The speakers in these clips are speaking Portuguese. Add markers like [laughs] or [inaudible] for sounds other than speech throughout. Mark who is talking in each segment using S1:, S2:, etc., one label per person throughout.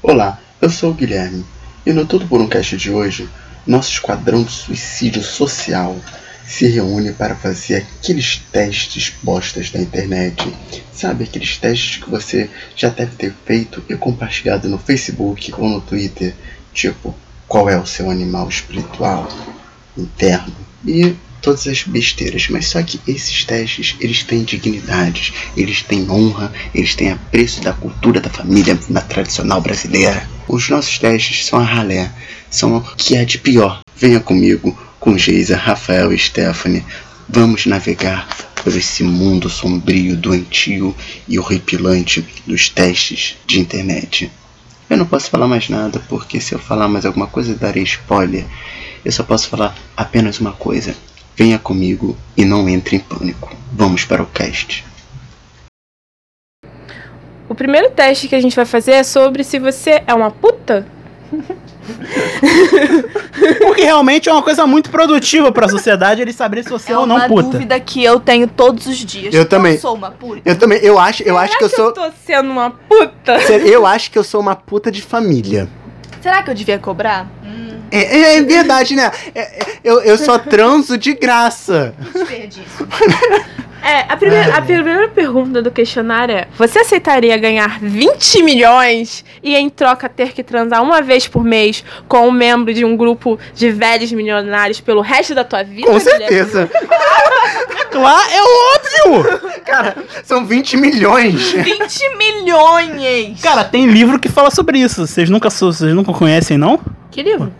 S1: Olá, eu sou o Guilherme e no Tudo por um Cast de hoje, nosso esquadrão de suicídio social se reúne para fazer aqueles testes bostas da internet. Sabe aqueles testes que você já deve ter feito e compartilhado no Facebook ou no Twitter, tipo qual é o seu animal espiritual interno e todas as besteiras, mas só que esses testes, eles têm dignidades, eles têm honra, eles têm apreço da cultura da família na tradicional brasileira. Os nossos testes são a ralé, são o que é de pior. Venha comigo, com Geisa, Rafael e Stephanie, vamos navegar por esse mundo sombrio, doentio e horripilante dos testes de internet. Eu não posso falar mais nada, porque se eu falar mais alguma coisa, eu darei spoiler. Eu só posso falar apenas uma coisa. Venha comigo e não entre em pânico. Vamos para o cast.
S2: O primeiro teste que a gente vai fazer é sobre se você é uma puta.
S3: Porque realmente é uma coisa muito produtiva pra sociedade eles saberem se você é,
S4: É
S3: ou
S4: uma
S3: não puta.
S4: dúvida que eu tenho todos os dias.
S1: Eu também.
S4: sou uma puta.
S1: Eu também, eu acho, eu acho que eu
S2: Será
S1: sou,
S2: tô sendo uma puta.
S1: sério, eu acho que eu sou uma puta de família.
S4: Será que eu devia cobrar?
S1: É, é- é verdade, né? É- é- eu, eu só transo de graça.
S4: Desperdício.
S2: [laughs] É, a primeira, a primeira pergunta do questionário é: você aceitaria ganhar 20 milhões e em troca ter que transar uma vez por mês com um membro de um grupo de velhos milionários pelo resto da tua vida?
S1: Com
S2: Guilherme?
S1: certeza.
S3: Claro, é óbvio!
S1: Cara, são 20 milhões.
S4: 20 milhões!
S3: Cara, tem livro que fala sobre isso. Vocês nunca, sou- vocês nunca conhecem, não?
S2: Que livro?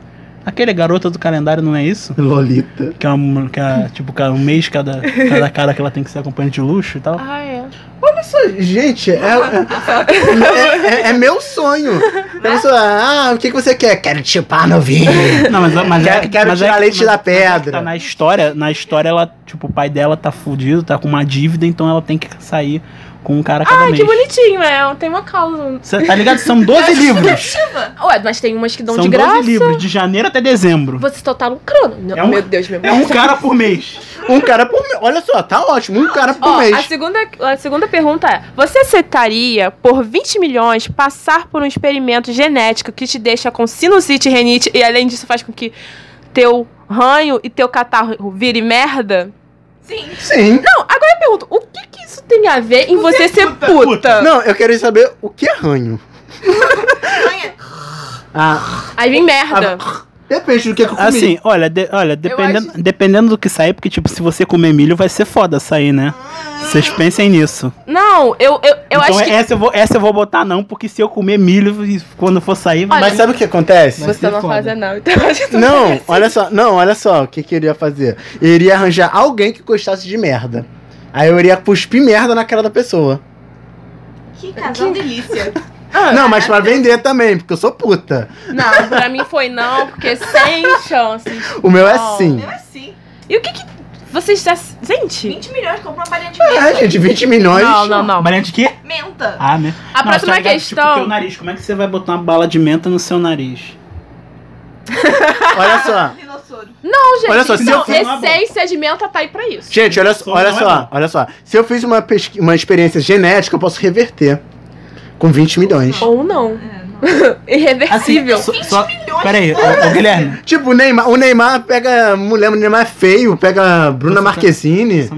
S3: Aquele garota do calendário não é isso?
S1: Lolita.
S3: Que é, uma, que é tipo cada- um mês cada, cada cara que ela tem que ser acompanhante de luxo e tal.
S2: Ah, é.
S1: Gente, é, é, é- é meu sonho. Eu não sou, ah, o que, que você quer? Quero te chupar, novinho.
S3: Não, mas, é, mas
S1: Quero- quero
S3: mas
S1: tirar
S3: que-
S1: leite da
S3: mas- mas é que
S1: pedra.
S3: tá na história, na história ela, tipo, o pai dela tá fudido, tá com uma dívida, então ela tem que sair com um cara cada
S2: Ai,
S3: mês.
S2: Ah, que bonitinho, é. Tem uma causa.
S3: Cê tá ligado? São
S2: [laughs]
S3: 12 livros.
S2: Ué, mas tem umas que dão
S3: São
S2: de graça.
S3: livros, de janeiro até dezembro.
S2: Você só tá lucrando. Não,
S3: É um-
S2: Meu Deus, meu
S3: É um cara por mês.
S1: Um cara por mês. Olha só, tá ótimo. Um cara por
S2: Ó, assim-
S1: mês.
S2: a segunda, a segunda pergunta é: você aceitaria, por 20 milhões, passar por um experimento genético que te deixa com sinusite, renite e além disso faz com que teu ranho e teu catarro vire merda?
S4: Sim.
S1: Sim.
S2: Não, agora eu pergunto: o que, que isso tem a ver em você, ser puta?
S1: Não, eu quero saber o que é ranho. Ah,
S2: Aí vem merda.
S3: Ah,
S1: depende do que, que eu comi.
S3: Assim, olha, de- olha dependendo,
S4: acho-
S3: dependendo do que sair, porque, tipo, se você comer milho, vai ser foda sair, né? Vocês pensem nisso.
S2: Não, eu, eu, Ah. eu
S3: então,
S2: acho que.
S3: essa, eu vou, essa eu vou botar não, porque se eu comer milho, e quando for sair, vai.
S1: Mas sabe o que acontece?
S3: Vai
S2: Você
S3: ser
S2: não
S3: foda.
S2: faz anal, então eu acho que tu
S1: Não,
S2: merece.
S1: olha só, não, olha só o que, que eu iria fazer. Eu iria arranjar alguém que gostasse de merda. Aí eu iria cuspir merda na cara da pessoa.
S3: É,
S4: Que casal
S3: [laughs]
S4: delícia.
S2: Ah,
S1: Não, mas pra vender também, porque eu sou puta.
S2: Não, pra mim foi não, porque sem chances.
S1: O meu é
S2: Não.
S1: sim.
S4: Eu assim.
S2: E o que que. Vocês já. Gente!
S4: 20 milhões, compra uma palha
S3: É,
S4: de
S1: Ah,
S4: menta.
S1: gente, 20 milhões.
S2: Não, não, não.
S3: Maria de quê?
S4: Menta.
S3: Ah, né?
S2: A
S3: Não,
S2: próxima
S3: tá ligado? Tipo,
S2: questão.
S3: teu nariz, como é que você vai botar uma bala de menta no seu nariz? Ah,
S1: Olha só.
S4: Dinossauro.
S2: não, gente,
S1: Olha só, se
S2: então,
S1: eu fiz-
S3: não é bom.
S2: essência de menta tá aí pra isso.
S1: Gente, olha, só,
S3: Não
S1: olha
S3: é
S1: só,
S3: bom.
S1: olha só. Se eu fiz uma, pesqui- uma experiência genética, eu posso reverter. Com 20 milhões.
S2: Ou não.
S4: É, [laughs] não.
S2: Irreversível.
S3: Assim,
S1: Assim,
S3: só, só, peraí, ô, ô, Guilherme.
S1: Tipo, o Neymar, o Neymar pega mulher, o Neymar é feio, pega Bruna
S3: Você tá-
S1: Marquezine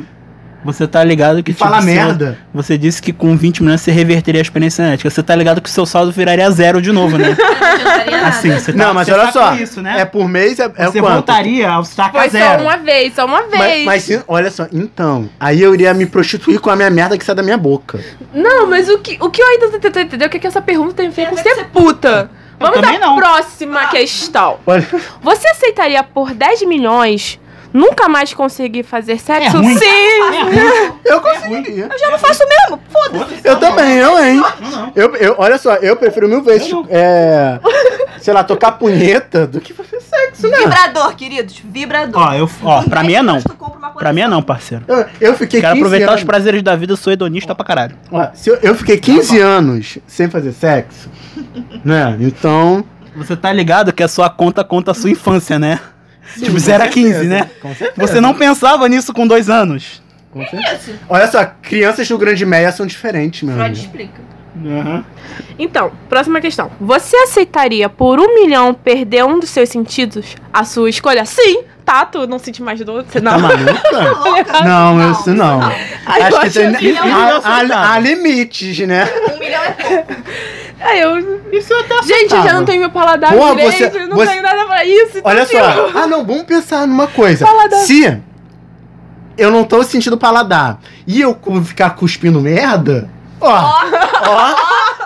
S3: Você tá ligado que
S1: e
S3: tipo,
S1: fala
S3: você-
S1: merda.
S3: Você disse que com 20 milhões você reverteria a experiência genética. Você tá ligado que o seu saldo viraria zero de novo, né?
S4: Não adiantaria nada.
S3: Assim, você tá,
S1: Não, mas
S3: você
S1: olha
S3: tá
S1: só,
S3: com isso, né?
S1: É por mês, é, é
S3: você
S1: quanto?
S3: voltaria ao saca
S2: Foi só um
S3: zero.
S2: uma vez, só uma
S1: Mas,
S2: vez.
S1: mas se- olha só, então, aí eu iria me prostituir com a minha merda que sai da minha boca.
S2: Não, mas o que, o que eu ainda não tento entender? é O que, que essa pergunta tem a ver com
S4: Tem a ver
S2: ser
S4: com ser
S2: puta?
S3: Eu
S2: Vamos
S3: também
S2: pra
S3: não.
S2: próxima questão.
S1: Olha- [laughs]
S2: Você aceitaria por 10 milhões nunca mais conseguir fazer sexo?
S3: ruim.
S2: Sim!
S3: É ruim,
S1: Eu conseguiria.
S3: Eu já não
S2: faço
S3: mesmo, foda-se.
S1: Eu também, eu, hein?
S3: É Não, não.
S1: Eu, eu- olha só, eu prefiro mil vezes,
S3: Eu não.
S1: é, sei lá, tocar punheta do que fazer sexo, né?
S4: Vibrador, queridos. Vibrador.
S3: Ó, eu, ó,
S4: Com
S3: pra
S4: 10
S3: mim é não.
S4: milhões, tu compra uma coisa
S3: Pra mim é não, parceiro.
S1: Eu, eu fiquei
S3: Quero
S1: 15
S3: aproveitar
S1: anos.
S3: os Tá prazeres da vida, eu sou hedonista pra caralho.
S1: Ó, se eu, eu fiquei 15 anos sem fazer sexo, né? Então.
S3: Você tá ligado que a sua conta conta a sua infância, né?
S1: com
S3: tipo, 0 a 15,
S1: certeza,
S3: né?
S1: Com certeza.
S3: Você não pensava nisso com dois anos.
S1: Com certeza.
S4: assim.
S1: Olha só, crianças do Grande Meia são diferentes, meu
S4: Freud
S1: amigo.
S4: explica.
S3: Aham.
S2: Então, próxima questão. Você aceitaria por um milhão perder um dos seus sentidos? A sua escolha? Sim! Tato, não sente mais dor. Você
S3: Tá
S2: não.
S4: Tá
S3: maluco?
S4: louca?
S5: Não, eu- isso não.
S2: Aí eu
S5: Acho que
S2: achei
S5: tem,
S2: assim,
S3: eu-
S5: há, há- há limites, né?
S4: Um milhão é pouco.
S2: Aí eu. Isso é até Gente,
S5: aceitável.
S2: já não tem meu paladar
S5: Porra,
S2: direito,
S5: você-
S2: eu não
S5: você-
S2: tenho nada pra isso. então,
S5: Olha
S2: tipo,
S5: só. Ah, não, vamos pensar numa coisa.
S2: Paladar.
S5: Se eu não tô sentindo paladar e eu cu- ficar cuspindo merda, ó, ó,
S3: [laughs]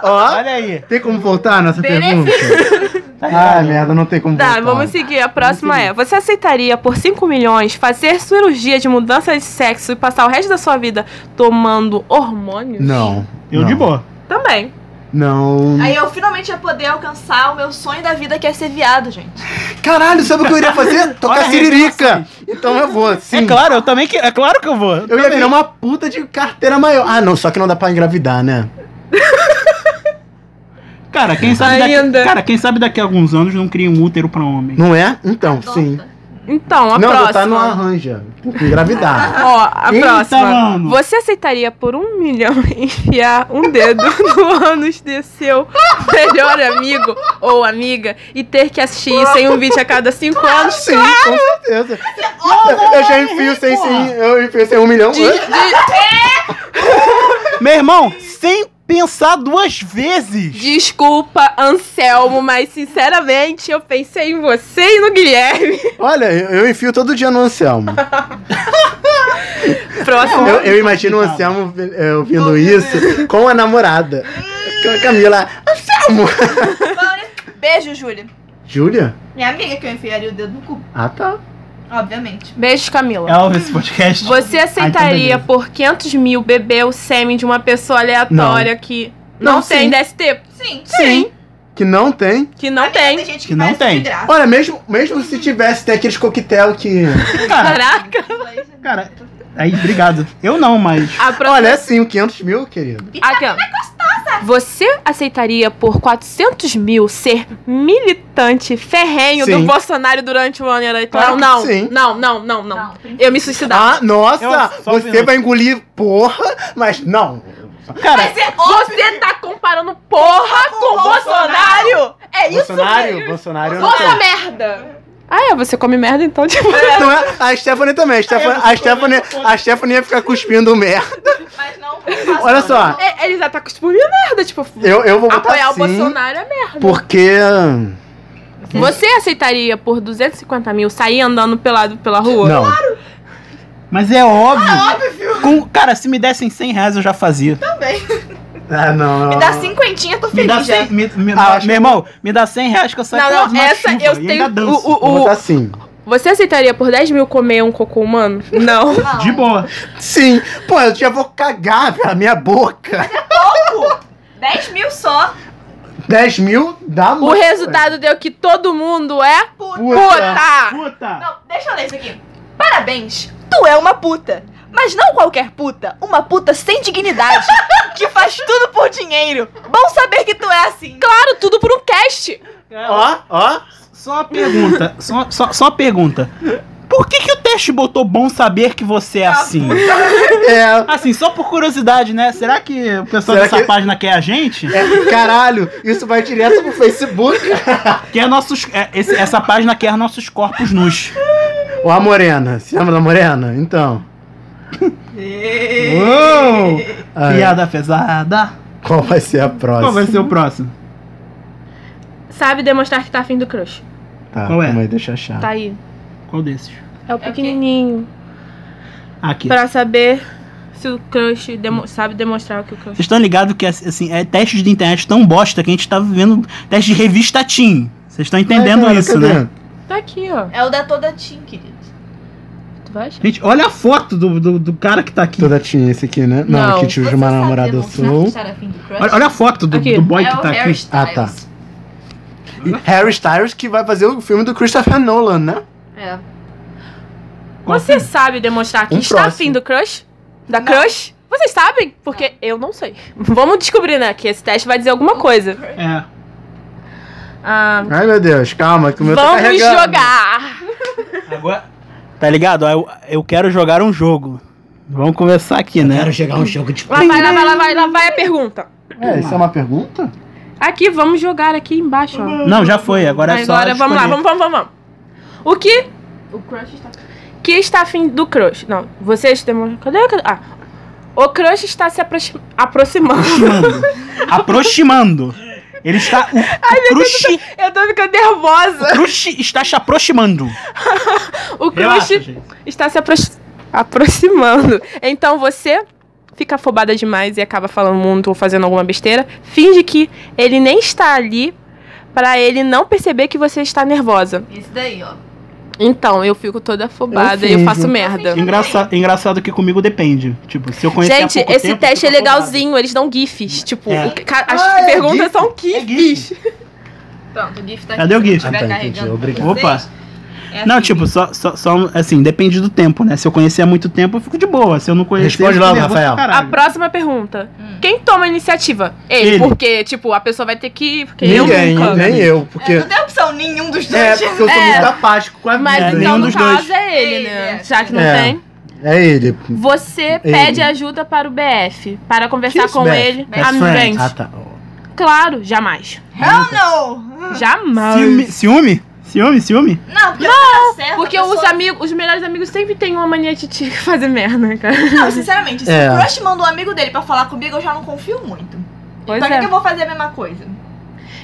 S5: ó.
S3: Olha aí.
S5: Tem como voltar nessa pergunta?
S4: Benefício.
S3: Tá
S5: Ah, merda, não tem como voltar.
S2: Tá, vamos seguir. A próxima é: Você aceitaria por 5 milhões fazer cirurgia de mudança de sexo e passar o resto da sua vida tomando hormônios?
S5: Não.
S3: Eu
S5: não.
S3: de boa.
S2: Também.
S5: Não.
S4: Aí eu finalmente ia poder alcançar o meu sonho da vida, que é ser viado, gente.
S5: Caralho, sabe o que eu
S3: [laughs]
S5: iria fazer?
S3: Olha
S5: Tocar
S3: a
S5: siririca. Então eu vou, sim.
S3: É claro, eu também que. É claro que eu vou.
S5: Eu ia virar uma puta de carteira maior. Ah, não, só que não dá pra engravidar, né?
S3: Cara, quem sabe
S2: Ainda.
S3: daqui, cara, quem sabe daqui a alguns anos não cria um útero pra homem.
S5: Não é? Então,
S4: Adota.
S5: sim.
S2: Então, a
S5: não, tá
S2: próxima.
S5: botar no arranja.
S2: [laughs]
S5: Engravidar.
S2: Ó, a
S3: Eita,
S2: próxima.
S3: mano.
S2: Você aceitaria por um milhão [laughs] enfiar um dedo no ânus de seu melhor amigo ou amiga e ter que assistir isso em um vídeo a cada cinco anos?
S5: sim, com certeza. Eu já enfio sem sim. Eu enfio sem um milhão.
S2: De, de-
S3: Meu irmão, sem pensar duas vezes.
S2: desculpa, Anselmo, mas sinceramente eu pensei em você e no Guilherme.
S5: Olha, eu eu enfio todo dia no Anselmo.
S2: Próximo.
S5: Eu, eu imagino o Anselmo é, ouvindo isso com a namorada. Com a Camila. Anselmo!
S4: Vamos- Beijo, Júlia.
S5: Júlia?
S4: Minha amiga que eu enfiaria o dedo no cu,
S5: Ah, tá.
S4: obviamente.
S2: Beijo, Camila.
S3: Ela ouve esse podcast.
S2: Você aceitaria
S3: beleza.
S2: por 500 mil beber o sêmen de uma pessoa aleatória que não,
S5: Não,
S2: tem
S5: sim.
S2: DST?
S4: Sim.
S5: Sim. Que não tem.
S2: Que não
S4: Tem.
S2: tem.
S4: Tem gente que,
S3: Que não
S4: faz
S3: tem.
S4: de graça.
S5: Olha, mesmo, mesmo se tivesse, tem aqueles coquetel que.
S3: Cara,
S2: Caraca.
S3: cara. Aí, obrigado. Eu não, mas.
S2: A próxima
S5: Olha, é sim, 500 mil, querido.
S2: Aqui, ó. Você aceitaria por 400 mil ser militante ferrenho
S5: Sim.
S2: do Bolsonaro durante o ano eleitoral?
S5: Claro que
S2: não,
S5: sim.
S2: não, não, não, não,
S4: Não.
S2: Eu me suicidar.
S5: Ah, [laughs] nossa!
S3: Eu- só um
S5: você
S3: minuto.
S5: vai engolir porra, mas não.
S3: Cara,
S4: Mas é óbvio.
S2: Você tá comparando porra Tá com o Bolsonaro?
S4: Bolsonaro.
S2: É isso
S5: Bolsonaro,
S2: mesmo?
S5: Bolsonaro eu não
S2: Outra
S5: quero.
S2: merda! Ah, é? Você come merda então, tipo.
S5: Não é? A Stephanie também. A Stephanie, a Stephanie, a Stephanie ia ficar cuspindo merda.
S4: Mas não faço
S5: Olha
S4: não.
S5: só.
S2: É, Ele já tá acostumado a merda, tipo.
S5: Eu, eu vou botar
S2: Apoiar o
S5: sim,
S2: Bolsonaro é merda.
S5: porque...
S2: Você aceitaria por 250 mil sair andando pelado pela rua?
S5: Não.
S3: mas é óbvio.
S2: Ah,
S3: Com- cara, se me dessem 100 reais eu já fazia.
S2: Tá
S4: Também.
S5: Ah, não.
S4: Me dá cinquentinha, tô
S3: Me
S4: feliz
S3: dá
S4: já.
S3: 100, me, me-
S5: Ah, acho que-
S3: meu irmão, me dá 100 reais que eu saio
S2: Não,
S3: pelado
S2: não,
S3: na
S2: essa
S3: chuva
S2: eu
S3: e
S2: tenho-
S3: ainda danço.
S2: o- o-
S5: Vou botar sim.
S2: Você aceitaria por 10 mil comer um cocô humano? Não.
S4: Não.
S3: De boa.
S5: Sim. Pô, eu já vou cagar pela minha boca.
S4: 10 mil só.
S5: 10 mil dá
S2: [laughs] O
S5: muito.
S2: resultado deu que todo mundo é
S4: Puta.
S3: Ah.
S2: puta!
S3: Puta!
S4: Não, deixa eu ler isso aqui. Parabéns, tu é uma puta. Mas não qualquer puta, uma puta sem dignidade, [laughs] que faz tudo por dinheiro. Bom saber que tu é assim.
S2: Claro, tudo por um cast!
S5: Ó, ó.
S3: Só uma pergunta, só, só, só uma pergunta. Por que, que o teste botou bom saber que você é assim?
S5: É...
S3: Assim, só por curiosidade, né? Será que o pessoal
S5: Será
S3: dessa
S5: que-
S3: página quer a gente?
S5: é, Caralho, isso vai direto pro Facebook.
S3: Quer nossos, é, esse- essa página quer nossos corpos nus.
S5: Ó a Morena. Se lembra da Morena? Então.
S3: Uou!
S5: Ah,
S3: Piada pesada.
S5: Qual vai ser a próxima?
S3: Qual vai ser o próximo?
S2: Sabe demonstrar que tá afim do crush.
S5: Tá,
S3: Qual é?
S5: calma aí, deixa eu achar.
S2: Tá aí.
S3: Qual desses?
S2: É o pequenininho.
S3: Aqui.
S2: Pra saber se o crush demo- sabe demonstrar o que o crush.
S3: Vocês estão ligados que assim, é testes de internet tão bosta que a gente tá vivendo teste de revista Team. Vocês estão entendendo
S5: Ai, cara,
S3: isso,
S5: cadê?
S3: né?
S2: Tá aqui, ó.
S4: É o da toda Tim, querido.
S2: Tu vai achar.
S3: Gente, olha a foto do, do, do cara que tá aqui.
S5: Toda tinha esse aqui, né? Não,
S2: Não.
S5: que tive uma namorada eu sou.
S3: Olha, olha a foto do,
S2: Aqui.
S3: do boy
S4: é
S3: que
S4: o
S3: tá
S4: Harry
S3: aqui.
S4: Styles.
S5: Ah, tá. E Harry Styles que vai fazer o filme do Christopher Nolan, né?
S4: É.
S3: Qual
S2: Você sabe demonstrar que
S5: Um
S2: está
S5: próximo.
S2: afim do crush? Da
S4: Não.
S2: crush? Vocês sabem? Porque eu não sei. Vamos descobrir, né? Que esse teste vai dizer alguma coisa.
S3: É.
S2: Ah,
S5: Ai, meu Deus, calma, que o meu tá
S2: vamos
S5: carregando.
S2: jogar!
S3: Agora. Tá ligado? Ó, Eu, eu quero jogar um jogo. Vamos começar aqui, né?
S5: chegar um jogo de...
S2: Lá vai, lá vai, lá vai, lá vai a pergunta.
S5: É, isso é uma pergunta?
S2: Aqui, vamos jogar aqui embaixo, ó.
S3: Não, já foi, agora é só.
S2: Agora, vamos lá,
S3: escolher.
S2: vamos, vamos, vamos. O que... O crush está... Que está afim do crush? Não, vocês demonstram... Cadê? cadê? Ah. O crush está se aproxi- aproximando.
S3: [laughs] Aproximando. aproximando. Ele está. O, o crush,
S2: Eu tô ficando nervosa.
S3: o crush está se aproximando.
S2: O crush
S3: Relaxa, gente.
S2: está se aprox- aproximando. Então você fica afobada demais e acaba falando muito ou fazendo alguma besteira. Finge que ele nem está ali pra ele não perceber que você está nervosa.
S4: Isso daí, ó.
S2: Então eu fico toda afobada
S5: Eu
S2: e eu
S5: finjo.
S2: faço merda.
S3: Engraça, engraçado que comigo depende. Tipo, se eu conhecer há
S2: Gente,
S3: pouco
S2: esse
S3: tempo,
S2: teste é
S3: eu fico afobado.
S2: legalzinho, eles dão gifs. Tipo,
S3: É.
S2: o ca- as
S5: Ah, é
S2: perguntas
S5: gif?
S2: são
S3: É
S2: gifs.
S3: gif.
S4: Pronto, o GIF tá aqui.
S3: Cadê o
S4: se eu
S3: GIF?
S4: tiver
S5: Ah, tá, entendi.
S4: carregando pra
S5: Obrigado.
S4: vocês,
S3: Opa.
S4: é
S3: Não,
S4: assim.
S3: tipo, só, só, só, assim, depende do tempo, né? Se eu conhecer há muito tempo, eu fico de boa. Se eu não conhecer.
S5: Responde
S3: eu fico
S5: logo,
S3: nervoso pra
S5: Rafael.
S2: A
S3: caralho.
S2: próxima pergunta.
S4: Hum.
S2: Quem toma a iniciativa? Ele,
S3: Ele.
S2: porque, tipo, a pessoa vai ter que. Porque eu
S5: Ninguém,
S2: nunca.
S3: né?
S5: nem eu,
S4: É,
S5: porque.
S4: Não tem opção nenhum dos
S5: É,
S4: dois.
S5: porque eu sou muito apático com a
S2: Mas
S5: vida.
S2: então,
S3: nenhum
S2: no
S3: dos
S2: caso,
S3: dois.
S2: é ele,
S4: Ele,
S2: né?
S4: é.
S2: Já que não
S5: É.
S2: tem.
S5: É ele.
S2: Você pede ajuda para o BF, para conversar
S5: Kiss
S2: com
S5: back.
S2: ele.
S4: Best
S2: Amigos.
S5: Ah, tá.
S2: Claro, jamais.
S4: Hell no!
S2: Jamais.
S3: Ciúme, ciúme? Ciúme, ciúme?
S4: Não, porque não, tá certo,
S2: Porque
S4: a pessoa-
S2: os amigos, os melhores amigos sempre têm uma mania de te [laughs] fazer merda, cara.
S4: Não, sinceramente, se
S5: É.
S4: o crush manda um amigo dele pra falar comigo, eu já não confio muito.
S2: Pois
S4: então,
S2: é.
S4: que eu vou fazer a mesma coisa?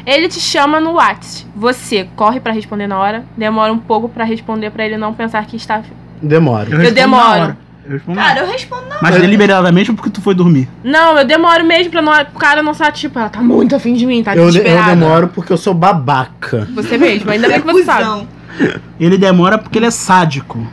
S2: Ele te chama no WhatsApp. Você corre pra responder na hora, demora um pouco pra responder pra ele não pensar que está.
S5: Demoro.
S3: respondo
S2: demoro.
S3: na hora. Eu respondo na
S4: Cara,
S3: hora.
S4: eu respondo na
S3: Mas deliberadamente porque tu foi dormir.
S2: Não, eu demoro mesmo pra não, o cara não sabe, tipo, ela tá muito afim de mim, tá
S5: Eu, eu
S2: desesperada.
S5: demoro porque eu sou babaca.
S2: Você mesmo, ainda bem que você sabe.
S4: cuzão.
S3: Ele demora porque ele é sádico.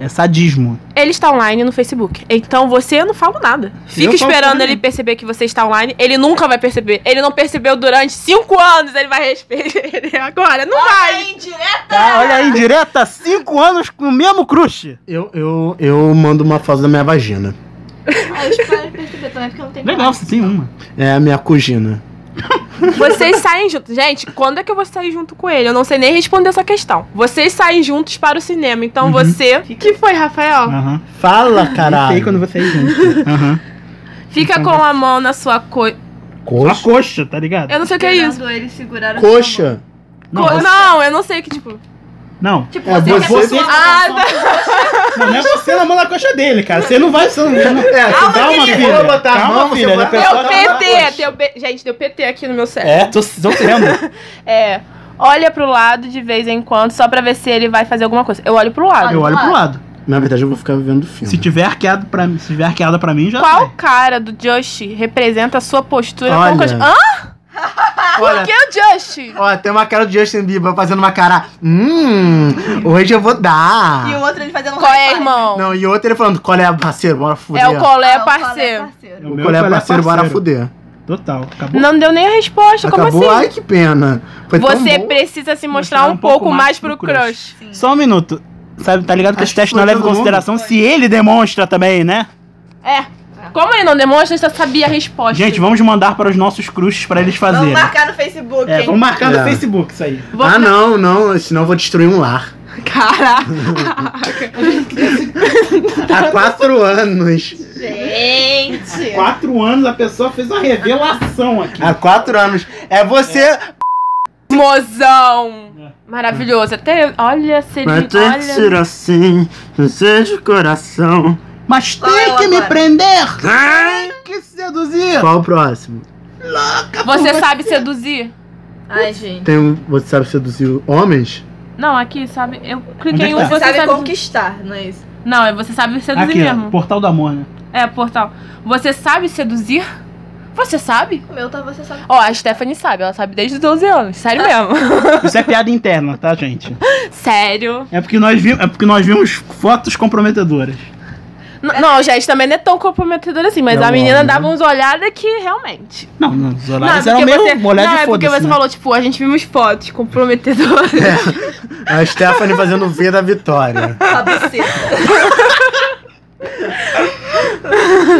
S3: É sadismo.
S2: Ele está online no Facebook. Então você não fala nada. Fica
S3: Eu falo
S2: esperando
S3: nada.
S2: ele perceber que você está online. Ele nunca vai perceber. Ele não percebeu durante cinco anos. Ele vai respeitar ele [laughs] agora. Não vai.
S4: Ai, [laughs] direto.
S3: Tá, olha aí, direta, cinco anos com o mesmo crush.
S5: Eu, eu, eu mando uma foto da minha vagina.
S4: Aí eu espero ele perceber também, porque eu não tenho
S3: Legal,
S4: coragem.
S3: você tem uma.
S5: É a minha cugina.
S2: Vocês saem juntos. Gente, quando é que eu vou sair junto com ele? Eu não sei nem responder essa questão. Vocês saem juntos para o cinema. Então
S3: Uhum.
S2: você. Que foi, Rafael?
S3: Aham.
S5: Fala, caralho.
S3: vocês juntos. Aham.
S2: Fica
S3: Então
S2: com a mão na sua coxa.
S3: A coxa, tá ligado?
S2: Eu não sei o que é isso.
S4: Esperando ele segurar a sua mão.
S5: Coxa.
S3: Não,
S2: Co-
S3: você-
S2: não, eu não sei o que, tipo.
S3: não.
S4: Tipo,
S5: É,
S4: você,
S5: você-
S4: que é a pessoa-
S2: Ah,
S3: Não, não é você na mão na coxa dele, cara. Você não vai. Você não,
S5: É,
S3: Calma,
S5: uma
S3: filha.
S5: filha. botar a
S3: Calma,
S5: mão,
S3: filha,
S5: você
S3: da
S5: bota-
S3: pessoa
S2: Deu
S3: tá na
S2: PT, deu P- gente, deu PT aqui no meu cérebro.
S3: É, tô, tô vendo.
S2: É, olha pro lado de vez em quando, só pra ver se ele vai fazer alguma coisa. Eu olho pro lado.
S3: Eu olho pro lado.
S5: [laughs] Na verdade, eu vou ficar vendo o filme.
S3: Se tiver arqueado pra mim, se tiver arqueada pra mim, já
S2: Qual
S3: vai.
S2: cara do Josh representa a sua postura
S5: Olha.
S2: com crush? Hã?
S5: Olha,
S2: Por que o Josh?
S5: ó, tem uma cara do Justin Bieber fazendo uma cara. Hum, hoje eu vou dar.
S4: E o outro ele fazendo um
S2: Qual é,
S4: high five.
S2: irmão?
S5: Não, e outro ele falando, qual é a parceiro, bora fuder.
S2: é o colé,
S4: Ah, o
S2: parceiro.
S3: É,
S4: parceiro.
S5: o colé parceiro, bora fuder.
S3: Total. Acabou.
S2: Não deu nem a resposta,
S5: Acabou,
S2: como assim?
S5: ai que pena. Foi tão
S2: Você é
S5: bom.
S2: precisa se mostrar, um, pouco, mais pro crush.
S4: Sim.
S3: Só um minuto. Sabe, tá ligado que
S5: Acho
S3: esse teste
S5: que foi
S3: não leva em
S5: todo mundo.
S3: consideração se ele demonstra também, né?
S2: É. Como ele não demonstra, você sabia a resposta.
S3: Gente, vamos mandar para os nossos crushes pra eles
S4: Vamos
S3: fazerem.
S4: marcar no Facebook,
S3: É,
S4: hein?
S3: vamos marcar
S5: É.
S3: no Facebook isso aí.
S2: Vou-
S5: Ah, não, não, senão eu vou destruir um lar.
S2: Caraca.
S5: Há quatro anos.
S4: Gente.
S3: Quatro anos a pessoa fez uma revelação aqui.
S5: Há quatro anos. É você.
S2: Mozão. Maravilhoso. Até, olha, se ele... É. Olha...
S5: assim, você de coração.
S3: Mas
S4: Qual é
S3: tem
S4: o
S3: que me
S4: agora?
S3: prender! Tem que seduzir!
S5: Qual o próximo?
S2: Você sabe seduzir?
S4: Ai, gente.
S5: Tem um, você sabe seduzir homens?
S2: Não, aqui, sabe? Eu
S3: Onde é
S2: cliquei
S3: que
S2: em um
S3: tá?
S2: e você
S4: Você
S2: sabe.
S4: sabe conquistar, não é isso?
S2: Não, é você sabe seduzir
S3: Aqui, ó,
S2: mesmo.
S3: portal do amor, né?
S2: É, portal. Você sabe seduzir? Você sabe?
S4: O meu tá você sabe.
S2: Ó, a Stephanie sabe, ela sabe desde os 12 anos. Sério mesmo. [laughs]
S3: Isso é piada interna, tá, gente?
S2: Sério.
S3: É porque nós, vi- é porque nós vimos fotos comprometedoras.
S2: N- não, gente, também não é tão comprometedor assim, mas
S5: Não,
S2: a menina
S5: olha.
S2: dava uns olhadas que realmente.
S3: Não, não, os
S2: não, é
S3: horários eram
S2: porque
S3: meio
S2: você,
S3: olhar
S2: não,
S3: de
S2: é porque
S3: foda-se.
S2: você
S3: né?
S2: falou, tipo, a gente viu umas fotos comprometedoras.
S5: É A [laughs] Stephanie fazendo o V da vitória.
S4: Cabeceta.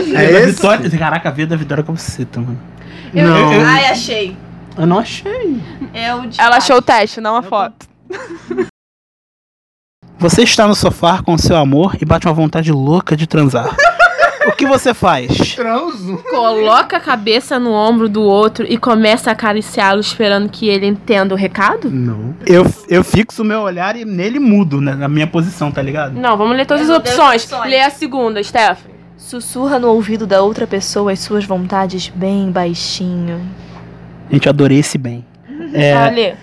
S3: Vida
S5: É
S3: da
S5: esse?
S3: Vitória- Caraca, a vida da vitória é como você, mano.
S2: Eu-
S5: Não, eu,
S4: Ai, achei.
S5: não achei.
S4: É o de.
S2: [laughs] Ela achou o teste, não a
S3: tô-
S2: foto.
S3: Você está no sofá com seu amor e bate uma vontade louca de transar. O que você faz?
S5: Transo.
S2: Coloca a cabeça no ombro do outro e começa a acariciá-lo esperando que ele entenda o recado?
S5: Não.
S3: Eu, eu fixo o meu olhar e nele mudo, né? Na minha posição, tá ligado?
S2: Não, vamos ler todas as
S4: Eu não dei
S2: opções.
S4: opções.
S2: Lê a segunda, Stephanie.
S4: Sussurra no ouvido da outra pessoa as suas vontades bem baixinho.
S3: Gente, eu adorei esse bem. É,
S2: Ah, lê.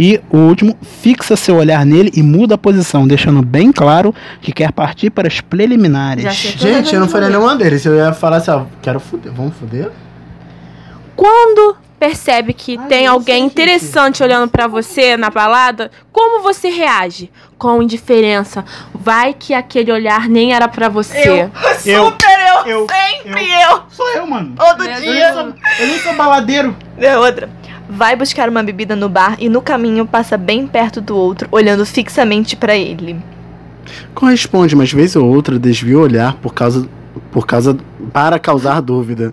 S3: E o último, fixa seu olhar nele e muda a posição, deixando bem claro que quer partir para as preliminares.
S2: Já sei.
S5: Gente, eu não faria nenhuma deles. Eu ia falar assim, ó, quero fuder. Vamos fuder?
S2: Quando percebe que
S5: Ai,
S2: tem
S5: eu
S2: alguém
S5: sei, gente.
S2: interessante olhando pra você na balada, como você reage? Com indiferença. Vai que aquele olhar nem era pra você.
S3: Eu.
S4: Super eu!
S3: Eu.
S4: Sempre eu!
S3: Sou eu, mano.
S4: Todo
S2: Meu
S4: dia!
S3: Eu nem sou baladeiro.
S4: É outra. Vai buscar uma bebida no bar e no caminho passa bem perto do outro, olhando fixamente pra ele.
S5: Corresponde, mas vez ou outra desvia o olhar por causa... Por causa... Para causar dúvida.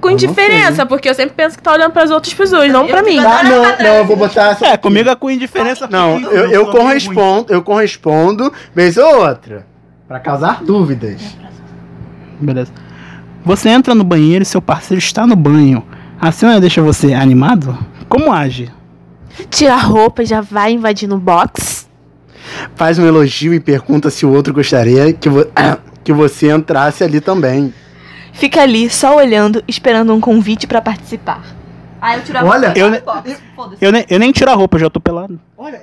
S2: Com
S5: Eu não
S2: indiferença, porque eu sempre penso que tá olhando pras outras pessoas, não pra mim.
S5: Tá, não, não, eu vou botar essa...
S3: É, comigo é com indiferença.
S5: Não,
S3: porque
S5: eu, eu
S3: sou ruim.
S5: correspondo, eu correspondo, vez ou outra. Pra causar dúvidas.
S3: Beleza. Você entra no banheiro e seu parceiro está no banho. A cena deixa você animado? Como age?
S2: Tira a roupa e já vai invadindo o box.
S5: Faz um elogio e pergunta se o outro gostaria que, vo- [coughs] que você entrasse ali também.
S4: Fica ali, só olhando, esperando um convite pra participar. Aí eu tiro
S5: a Olha,
S3: eu- eu- Eu, nem- eu nem tiro a roupa, já tô pelado.
S5: Olha,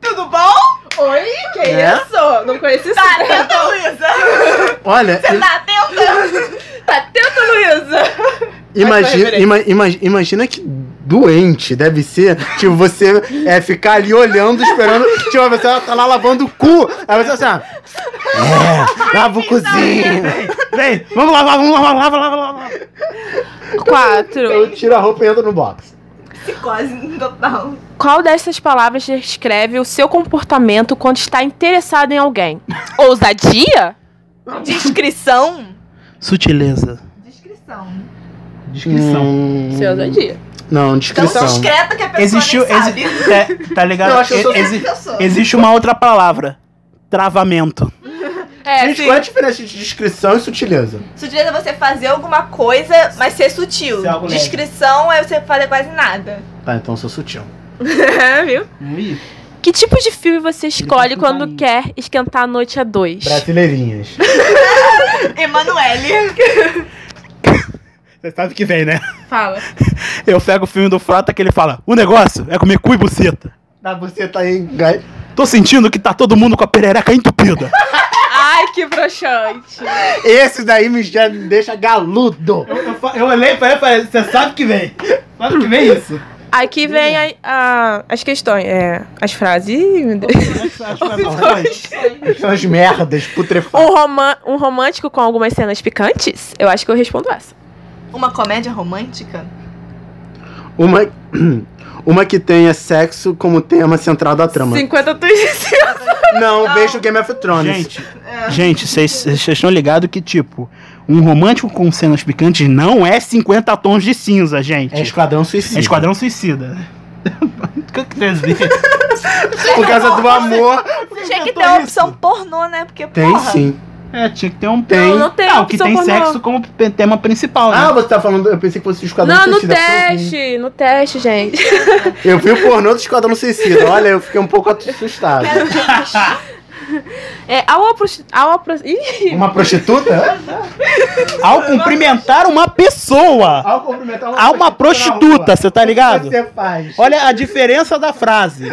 S4: Tudo bom?
S2: Oi, que
S5: É?
S2: isso? Não conheci isso.
S4: Tá atenta, Luísa?
S5: Olha,
S4: Você tá atenta?
S2: Tá atento, Luísa.
S5: imagina,
S2: reverente.
S5: ima- ima- imagina que doente deve ser, tipo, você é, ficar ali olhando, esperando, tipo, a pessoa tá lá lavando o cu, aí você assim, ah, é, lava o cozinho.
S3: Vem, vamos lavar, vamos lavar, lava, lava, lava.
S2: Quatro.
S5: Eu tiro a roupa e entro no box.
S4: Quase total.
S2: Qual dessas palavras descreve o seu comportamento quando está interessado em alguém? Ousadia?
S4: Descrição?
S3: Sutileza.
S4: Descrição.
S3: Descrição.
S5: Hum,
S2: Isso é ousadia. Então
S5: não,
S4: Tão
S5: descrição.
S4: discreta que a pessoa
S3: Existiu.
S4: nem sabe.
S3: exi- é, tá ligado?
S5: Eu acho que eu sou-
S3: Exi-
S4: Eu sou.
S3: Existe uma outra palavra. Travamento.
S2: É,
S5: Gente,
S2: sim.
S5: qual é a diferença de descrição e sutileza?
S4: Sutileza é você fazer alguma coisa, mas ser sutil.
S3: Ser algo leve.
S4: Descrição é você fazer quase nada.
S5: Tá, então eu sou sutil.
S2: É, viu? Que tipo de filme você escolhe
S3: com
S2: quando
S3: carinho.
S2: quer esquentar a noite a dois?
S5: Brasileirinhas.
S4: Emanuele.
S3: Você sabe que vem, né?
S2: Fala.
S3: Eu pego o filme do Frota que ele fala: O negócio é comer cu e buceta.
S5: Ah, você tá aí. gai-
S3: Tô sentindo que tá todo mundo com a perereca entupida.
S2: Ai, que broxante.
S5: Esse daí me já me deixa galudo.
S3: olhei pra ele e falei: Você sabe que vem. Sabe que vem isso?
S2: Aqui vem a- a- as questões, é, as frases. Ih, meu Deus. [laughs]
S5: São as merdas, putrefadas.
S2: Um, roman- um romântico com algumas cenas picantes? Eu acho que eu respondo essa.
S4: Uma comédia romântica?
S5: Uma, [clears throat] uma que tenha sexo como tema central da trama.
S2: 50 tons de cinza.
S5: Não, vejo Game of Thrones.
S3: Gente, gente, vocês vocês estão ligados que, tipo, um romântico com cenas picantes não é 50 tons de cinza, gente.
S5: é Esquadrão Suicida.
S3: É Esquadrão Suicida. [laughs] O que que vocês veem?
S5: Por causa do amor.
S4: Tinha que
S3: inventou
S4: ter uma
S3: isso?
S4: opção pornô, né? Porque,
S5: Tem
S4: porra.
S5: sim.
S3: É, tinha que ter um
S5: Tem.
S2: Não, não tem
S3: Não, que
S2: opção
S3: tem
S2: por não.
S3: sexo como pe- tema principal, né?
S5: Ah, você tá falando. Eu pensei que fosse o Esquadrão
S2: Não, no
S5: Suicida.
S2: teste, no teste, gente.
S5: Eu vi o pornô do Esquadrão Suicida. Olha, eu fiquei um pouco assustado. [laughs]
S2: É, ao, apro- ao apro- Ih,
S5: Uma prostituta?
S3: Ao cumprimentar uma pessoa,
S5: Ao cumprimentar
S3: a uma prostituta, você tá ligado?
S5: você faz?
S3: Olha a diferença da frase.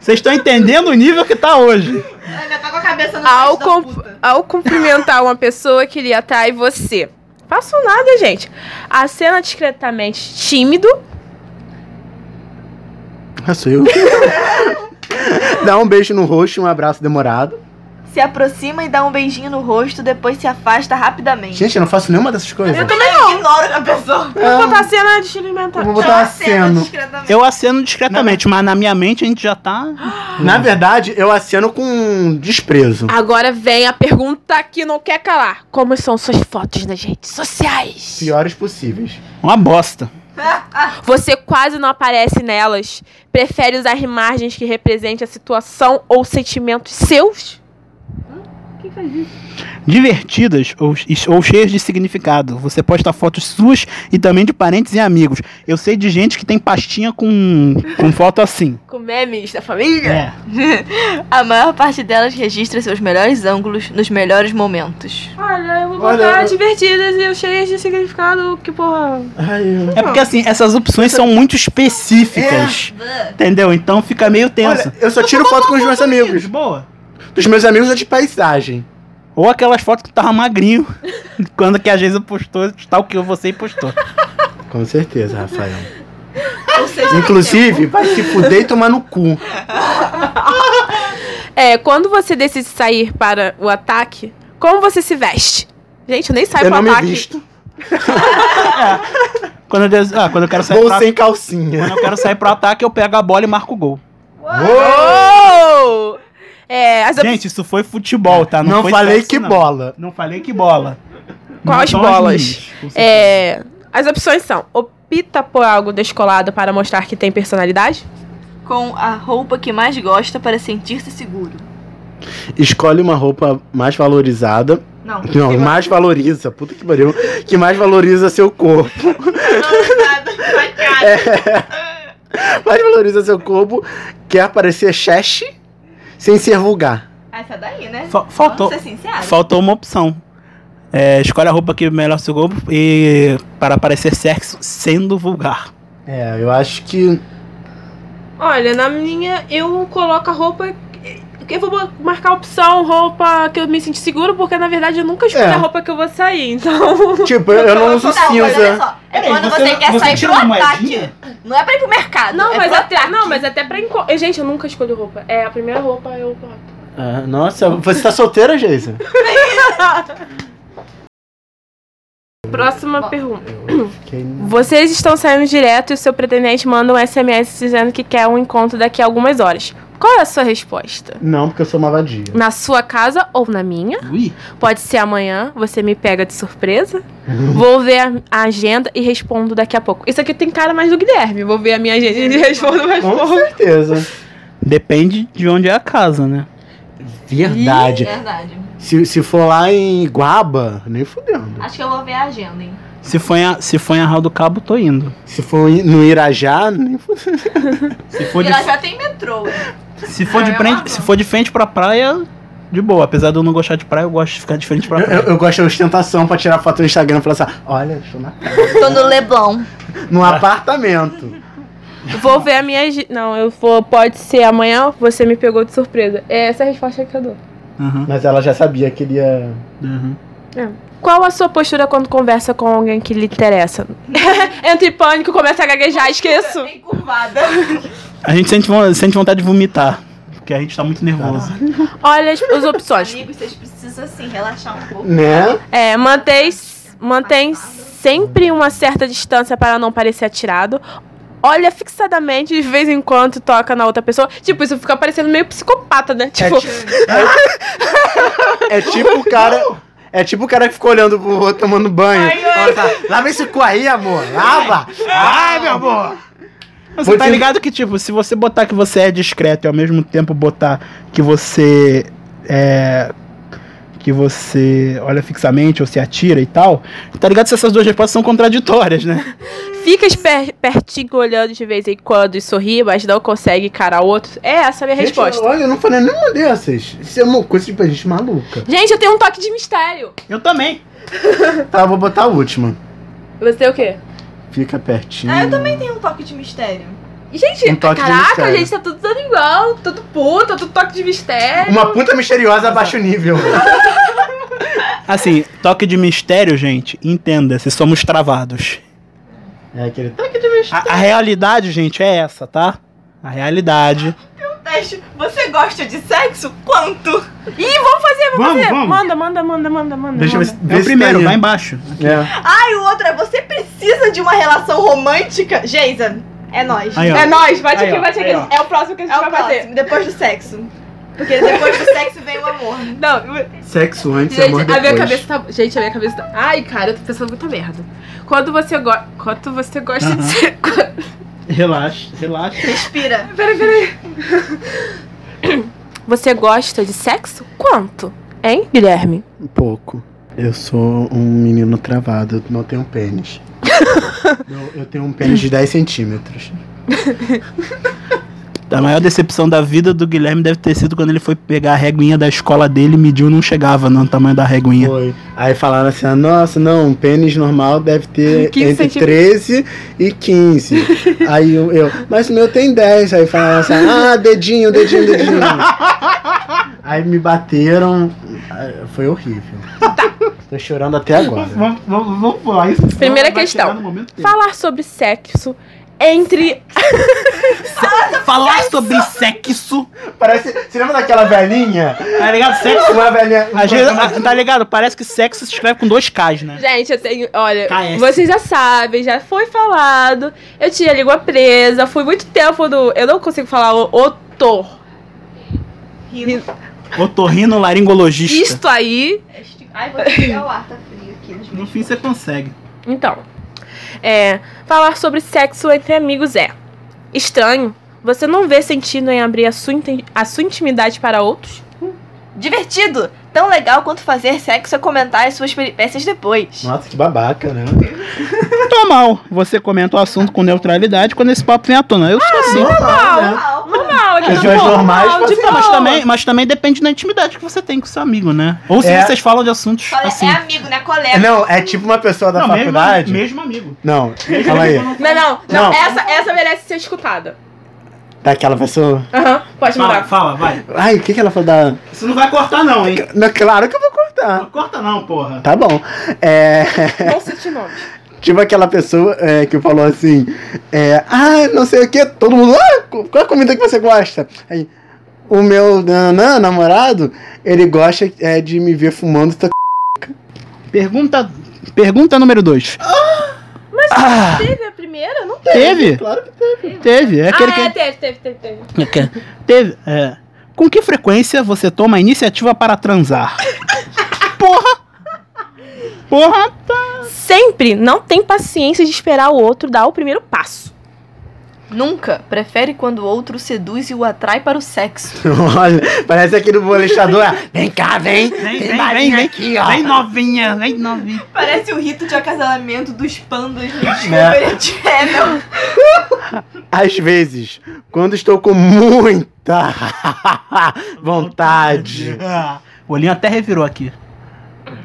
S3: Vocês estão entendendo o nível que tá hoje.
S4: Ainda tá com a cabeça no
S2: ao,
S4: da
S2: cum-
S4: puta.
S2: ao cumprimentar uma pessoa que lhe atrai você. Faço nada, gente. Acena discretamente tímido.
S5: Ah, sou eu. [laughs] Dá um beijo no rosto e um abraço demorado.
S4: Se aproxima e dá um beijinho no rosto, depois se afasta rapidamente.
S5: Gente, eu não faço nenhuma dessas coisas.
S4: eu também não. ignoro a pessoa.
S2: Vou botar cena de alimentar.
S5: Eu vou botar aceno.
S4: discretamente.
S3: Eu aceno discretamente, mas na minha mente a gente já tá.
S5: Na verdade, eu aceno com desprezo.
S2: Agora vem a pergunta que não quer calar. Como são suas fotos nas redes sociais?
S5: Piores possíveis.
S3: Uma bosta.
S4: Ah,
S2: Você quase não aparece nelas. Prefere usar imagens que representem a situação ou sentimentos seus? Quem faz isso?
S3: Divertidas ou, ou cheias de significado. Você posta fotos suas e também de parentes e amigos. Eu sei de gente que tem pastinha com, com foto assim.
S2: Com memes da família?
S3: É.
S4: A maior parte delas registra seus melhores ângulos nos melhores momentos.
S2: Olha, é eu vou
S5: Olha,
S2: botar
S5: eu-
S2: divertidas e assim, eu cheias de significado, que porra.
S5: Ai, eu...
S3: É porque assim, essas opções são muito
S5: É.
S3: específicas. Entendeu? Então fica meio tenso.
S5: Olha, eu só tiro foto com os meus amigos.
S3: Boa.
S5: Dos meus amigos é de paisagem.
S3: Ou aquelas fotos que tava magrinho. [laughs] quando que a Geisa postou, tal que você e postou.
S5: Com certeza, Rafael.
S4: Ou seja,
S5: Inclusive, vai se fuder e tomar no cu.
S2: É, quando você decide sair para o ataque, como você se veste? Gente, eu nem saio
S5: eu
S2: pro
S5: não me
S2: ataque.
S5: visto.
S3: Quando eu, des- ah, quando eu quero sair
S5: Vou
S3: pra-
S5: sem calcinha.
S3: Quando eu quero sair pro ataque, eu pego a bola e marco o gol.
S2: Uou! É, as op-
S3: Gente, isso foi futebol, tá?
S5: não
S3: foi
S5: falei
S3: sexo,
S5: que
S3: não.
S5: bola.
S3: Não falei que bola.
S2: Quais
S3: Não são as
S2: bolas?
S3: minhas, com certeza.
S2: é, as opções são: opta por algo descolado para mostrar que tem personalidade.
S4: com a roupa que mais gosta para sentir-se seguro.
S5: Escolhe uma roupa mais valorizada.
S4: Não,
S5: Não,
S4: tem
S5: mais valoriza. Puta que pariu. Que mais valoriza seu corpo.
S4: não, nada, vai, cara.
S5: Mais valoriza seu corpo. Quer parecer chefe sem ser vulgar.
S4: Essa daí, né?
S3: Fa- faltou,
S4: Vamos ser sinceros.
S3: faltou uma opção. É, escolhe a roupa que melhor seu corpo e para parecer sexo sendo vulgar.
S5: É, eu acho que.
S2: Olha, na minha eu coloco a roupa. que- Eu vou bo- marcar a opção roupa que eu me sinto seguro, porque na verdade eu nunca escolho
S5: É.
S2: a roupa que eu vou sair, então.
S5: Tipo, eu, eu não uso
S4: mas olha
S3: né?"
S5: cinza.
S4: só, é quando você, quer sair pro ataque. Não é pra ir pro mercado.
S2: Não,
S4: é
S2: mas
S4: pro
S2: até,
S4: ataque.
S2: não, mas até pra enco... Eu, Gente, eu nunca escolho roupa. É, a primeira roupa eu boto.
S5: Ah, nossa, você tá solteira, [laughs] Geisa?
S2: Próxima pergunta.
S5: Eu fiquei.
S2: Vocês estão saindo direto e o seu pretendente manda um SMS dizendo que quer um encontro daqui a algumas horas. Qual é a sua resposta?
S5: Não, porque eu sou uma vadia.
S2: Na sua casa ou na minha?
S3: Ui.
S2: Pode ser amanhã, você me pega de surpresa. Vou ver a- a agenda e respondo daqui a pouco. Isso aqui tem cara mais do Guilherme. Vou ver a minha agenda e respondo mais
S5: Com
S2: pouco.
S5: certeza.
S3: Depende de onde é a casa, né?
S5: Verdade.
S4: Verdade.
S5: Se, se for lá em Guaba, nem fudendo.
S4: Acho que eu vou ver a agenda, hein?
S3: Se for em, a- se for em Arral do Cabo, tô indo.
S5: Se for em- no Irajá, nem fudendo.
S3: Se for de,
S4: Porque lá já tem metrô. hein?
S3: se for de,
S4: É, é uma
S3: frente, se for de frente pra praia, de boa. Apesar de eu não gostar de praia, eu gosto de ficar de frente pra
S5: Eu,
S3: praia.
S5: eu- eu gosto da ostentação pra tirar foto no Instagram e falar assim: olha, estou na,
S4: Tô no Leblon.
S5: [laughs] num apartamento.
S2: Vou ver a minha agenda. Não, eu vou. Pode ser amanhã, você me pegou de surpresa. É essa a resposta que eu dou.
S3: Aham,
S5: Mas ela já sabia que ele ia.
S3: aham.
S2: Qual a sua postura quando conversa com alguém que lhe interessa? [laughs] Entra em pânico, começa a gaguejar, esqueço.
S4: Encurvada.
S3: A gente sente, von- sente vontade de vomitar. Porque a gente tá muito nervoso.
S2: Olha as, as opções.
S4: Amigos, vocês precisam, assim, relaxar um pouco.
S5: Né?
S2: É, mantém, mantém sempre uma certa distância para não parecer atirado. Olha fixadamente, de vez em quando, e toca na outra pessoa. Tipo, isso fica parecendo meio psicopata, né? Tipo,
S5: É tipo o cara. É tipo o cara que ficou olhando pro outro tomando banho. Fala, tá, Lava esse cu aí, amor. Lava! Ai, meu amor!
S3: Você
S5: Vou
S3: tá
S5: te-
S3: ligado que, tipo, se você botar que você é discreto e ao mesmo tempo botar que você é. que você olha fixamente ou se atira e tal, tá ligado se essas duas respostas são contraditórias, né?
S2: fica esper- pertinho olhando de vez em quando e sorri, mas não consegue encarar o outro. É essa a minha resposta.
S5: Gente, olha, eu não falei nenhuma dessas. Isso é uma coisa de gente maluca.
S2: Gente, eu tenho um toque de mistério.
S3: Eu também.
S5: Tá, eu vou botar a última.
S2: Você tem o quê?
S5: Fica pertinho.
S4: Ah, eu também tenho um toque de mistério.
S2: Gente,
S5: Um toque de
S2: caraca,
S5: mistério.
S2: gente, tá tudo dando igual, tudo puta, tudo toque de mistério.
S5: Uma puta misteriosa abaixo nível.
S3: Assim, toque de mistério, gente, entenda, se somos travados.
S5: É aquele.
S3: A, a realidade, gente, é essa, tá? A realidade.
S4: Teste, você gosta de sexo? Quanto?
S3: Vamos,
S2: É, Manda, manda, manda, manda, manda.
S5: Deixa eu ver
S2: manda.
S5: se.
S3: É
S5: vê
S3: o
S5: se
S3: primeiro,
S5: tá
S3: lá
S5: indo.
S3: embaixo.
S5: É.
S4: Ah, e o outro é você precisa de uma relação romântica? Geisa, é nós.
S3: Aí, ó.
S2: É nóis, bate
S3: Aí,
S2: aqui,
S3: ó,
S2: bate
S3: aí, ó.
S2: aqui. É o próximo que a gente
S4: É o
S2: vai fazer.
S4: próximo, depois do sexo. Porque depois do sexo vem o amor.
S2: Não,
S5: Sexo
S3: é
S5: antes,
S2: Gente, a
S5: amor depois.
S2: minha cabeça tá. Gente, a minha cabeça tá. Ai, cara, eu tô pensando muita merda. Quando você, go... Quando você gosta
S3: Aham.
S2: de ser. [laughs]
S3: Relaxa, relaxa.
S4: Respira.
S2: Peraí, peraí. Você gosta de sexo? Quanto? Hein, Guilherme?
S1: Um pouco. Eu sou um menino travado, eu não
S5: um
S1: tenho
S5: [laughs]
S1: pênis. Não, eu tenho um pênis de 10 centímetros.
S3: A maior decepção da vida do Guilherme deve ter sido quando ele foi pegar a réguinha da escola dele e mediu, não chegava no tamanho da réguinha.
S1: Foi. Aí falaram assim: ah, nossa, não, um pênis normal deve
S5: [laughs]
S1: ter
S2: 15
S1: entre
S2: centímetros.
S1: 13 e 15. Aí eu, eu, mas o meu tem 10. Aí falaram assim: ah, dedinho, dedinho,
S5: [laughs]
S1: dedinho. Aí me bateram. ah, Foi
S5: [laughs]
S1: horrível. Tô chorando até agora.
S3: Vamos, vamos, vamos pular isso. senão
S2: Primeira
S3: vai
S2: questão.
S3: chegar no momento dele.
S2: Falar sobre sexo entre.
S3: Falar sobre sexo,
S5: Parece. Você lembra daquela velhinha?
S3: tá ligado? Sexo.
S5: Uma velhinha.
S3: Às vezes, ah, tá ligado? Parece que sexo se escreve com dois Ks, né?
S2: Gente, eu tenho. Olha,
S3: KS.
S2: vocês já sabem, já foi falado. Eu tinha a língua presa, fui muito tempo do. Eu não consigo falar o otor.
S3: Otorrino laringologista.
S2: Isto aí.
S4: É Ai, vou pegar o ar, tá frio aqui. nos meus pulsos.
S3: consegue.
S2: Então. É. Falar sobre sexo entre amigos é. Estranho. Você não vê sentido em abrir a sua, inti- a sua intimidade para outros?
S4: Divertido! Tão legal quanto fazer sexo é comentar as suas peripécias depois.
S1: Nossa, que babaca, né?
S3: Tô mal. Você comenta o assunto com neutralidade quando esse papo vem à tona. Eu sou assim.
S2: Normal.
S5: né?
S2: Normal, aqui
S5: Pessoas
S2: normal,
S5: normais
S2: normal, de
S3: Não,
S5: fazem-
S3: tipo, mas,
S2: boa.
S3: também, mas também depende da intimidade que você tem com seu amigo, né? Ou se
S5: É.
S3: vocês falam de assuntos
S4: Fala,
S3: assim.
S4: é amigo, né? Colega.
S5: Não, é tipo uma pessoa da
S3: Não, mesmo-
S5: faculdade.
S3: Mesmo, amigo.
S5: Não, calma aí.
S2: Não, não,
S5: Não.
S2: não. Essa, essa merece ser escutada.
S5: Daquela pessoa.
S2: Aham, pode
S3: Fala,
S2: mudar.
S3: fala, vai.
S5: Ai, o que, que ela falou da.
S3: Isso não vai cortar, não, hein?
S5: Não, claro que eu vou cortar.
S3: Não corta, não, porra.
S5: Tá bom. É.
S2: Não cite nome.
S5: Tipo aquela pessoa é, que falou assim, é, ah, não sei o que, todo mundo, ah, qual é a comida que você gosta? Aí, o meu nananã, namorado, ele gosta é, de me ver fumando. Tá...
S3: Pergunta, pergunta número 2.
S2: Teve a primeira? Não
S3: Teve?
S5: Claro que
S3: Teve. É aquele
S2: ah, é,
S3: que.
S2: teve, teve, teve, teve.
S3: É que- Teve. É. Com que frequência você toma a iniciativa para transar? Porra! Porra!
S2: Sempre não tem paciência de esperar o outro dar o primeiro passo.
S4: Nunca. Prefere quando o outro seduz e o atrai para o sexo.
S5: [laughs] Olha, parece aquele molestador, é, vem cá, vem,
S3: Vem,
S5: vem,
S3: vem,
S5: vem, vem,
S3: vem,
S5: aqui, ó.
S3: novinha, vem novinha.
S4: Parece o rito de acasalamento dos pandas É, no [laughs]
S5: Né?
S4: Discovery Channel.
S5: Às vezes, quando estou com muita [laughs] vontade,
S3: O olhinho até revirou aqui.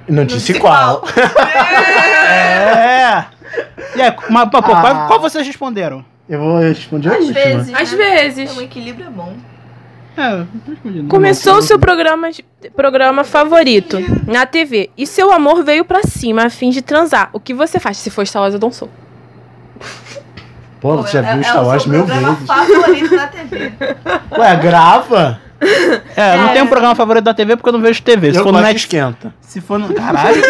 S5: não disse qual.
S3: É! E aí, mas, pô, pô, qual,
S5: Ah.
S3: qual vocês responderam?
S5: Eu vou responder a
S4: Às
S5: última.
S4: vezes.
S2: Às
S4: né?
S2: vezes.
S4: Então, O equilíbrio é bom.
S3: É, não respondi.
S2: Começou o seu programa, de- programa favorito na TV e seu amor veio pra cima a fim de transar. O que você faz? Se for Star Wars, eu dou um soco.
S5: Pô, você já
S4: É- é
S5: viu
S4: o
S5: Star Wars
S4: seu
S5: mil
S4: programa
S5: vezes.
S4: favorito da TV.
S3: [laughs]
S5: Ué, grava?
S3: É, eu não
S4: É.
S3: tenho um programa favorito da TV porque eu não vejo TV. Se
S5: Eu
S3: for no
S5: gosto de
S3: Netflix.
S5: é [laughs] esquenta.
S3: Se for no. Caralho,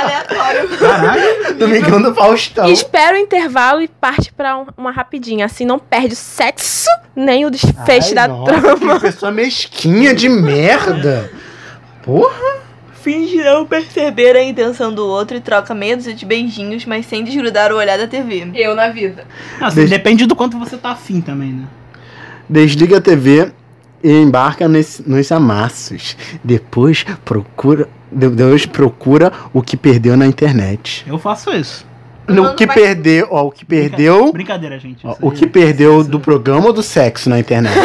S4: Aleatório.
S3: caralho.
S5: Domingão do Faustão.
S2: Espera o intervalo e parte pra um- uma rapidinha. Assim não perde o sexo nem o desfecho
S5: Ai,
S2: da
S5: nossa,
S2: trama.
S5: Que pessoa mesquinha de merda. Porra.
S4: Finge não perceber a intenção do outro e troca meia dúzia de beijinhos, mas sem desgrudar o olhar da Uh! TV.
S2: Eu na vida.
S3: Não, assim,
S5: Deixa-
S3: depende do quanto você tá afim também, né?
S5: Desliga a TV e embarca nesse- nos amassos. Depois procura... Deus procura o que perdeu na internet.
S3: Eu faço isso.
S5: O
S4: Quando
S5: que
S4: vai-
S5: perdeu... Ó, o que perdeu...
S3: Brincadeira, gente.
S5: ó,
S3: isso
S5: o
S3: aí-
S5: que perdeu
S3: isso-
S5: do programa ou do sexo na internet?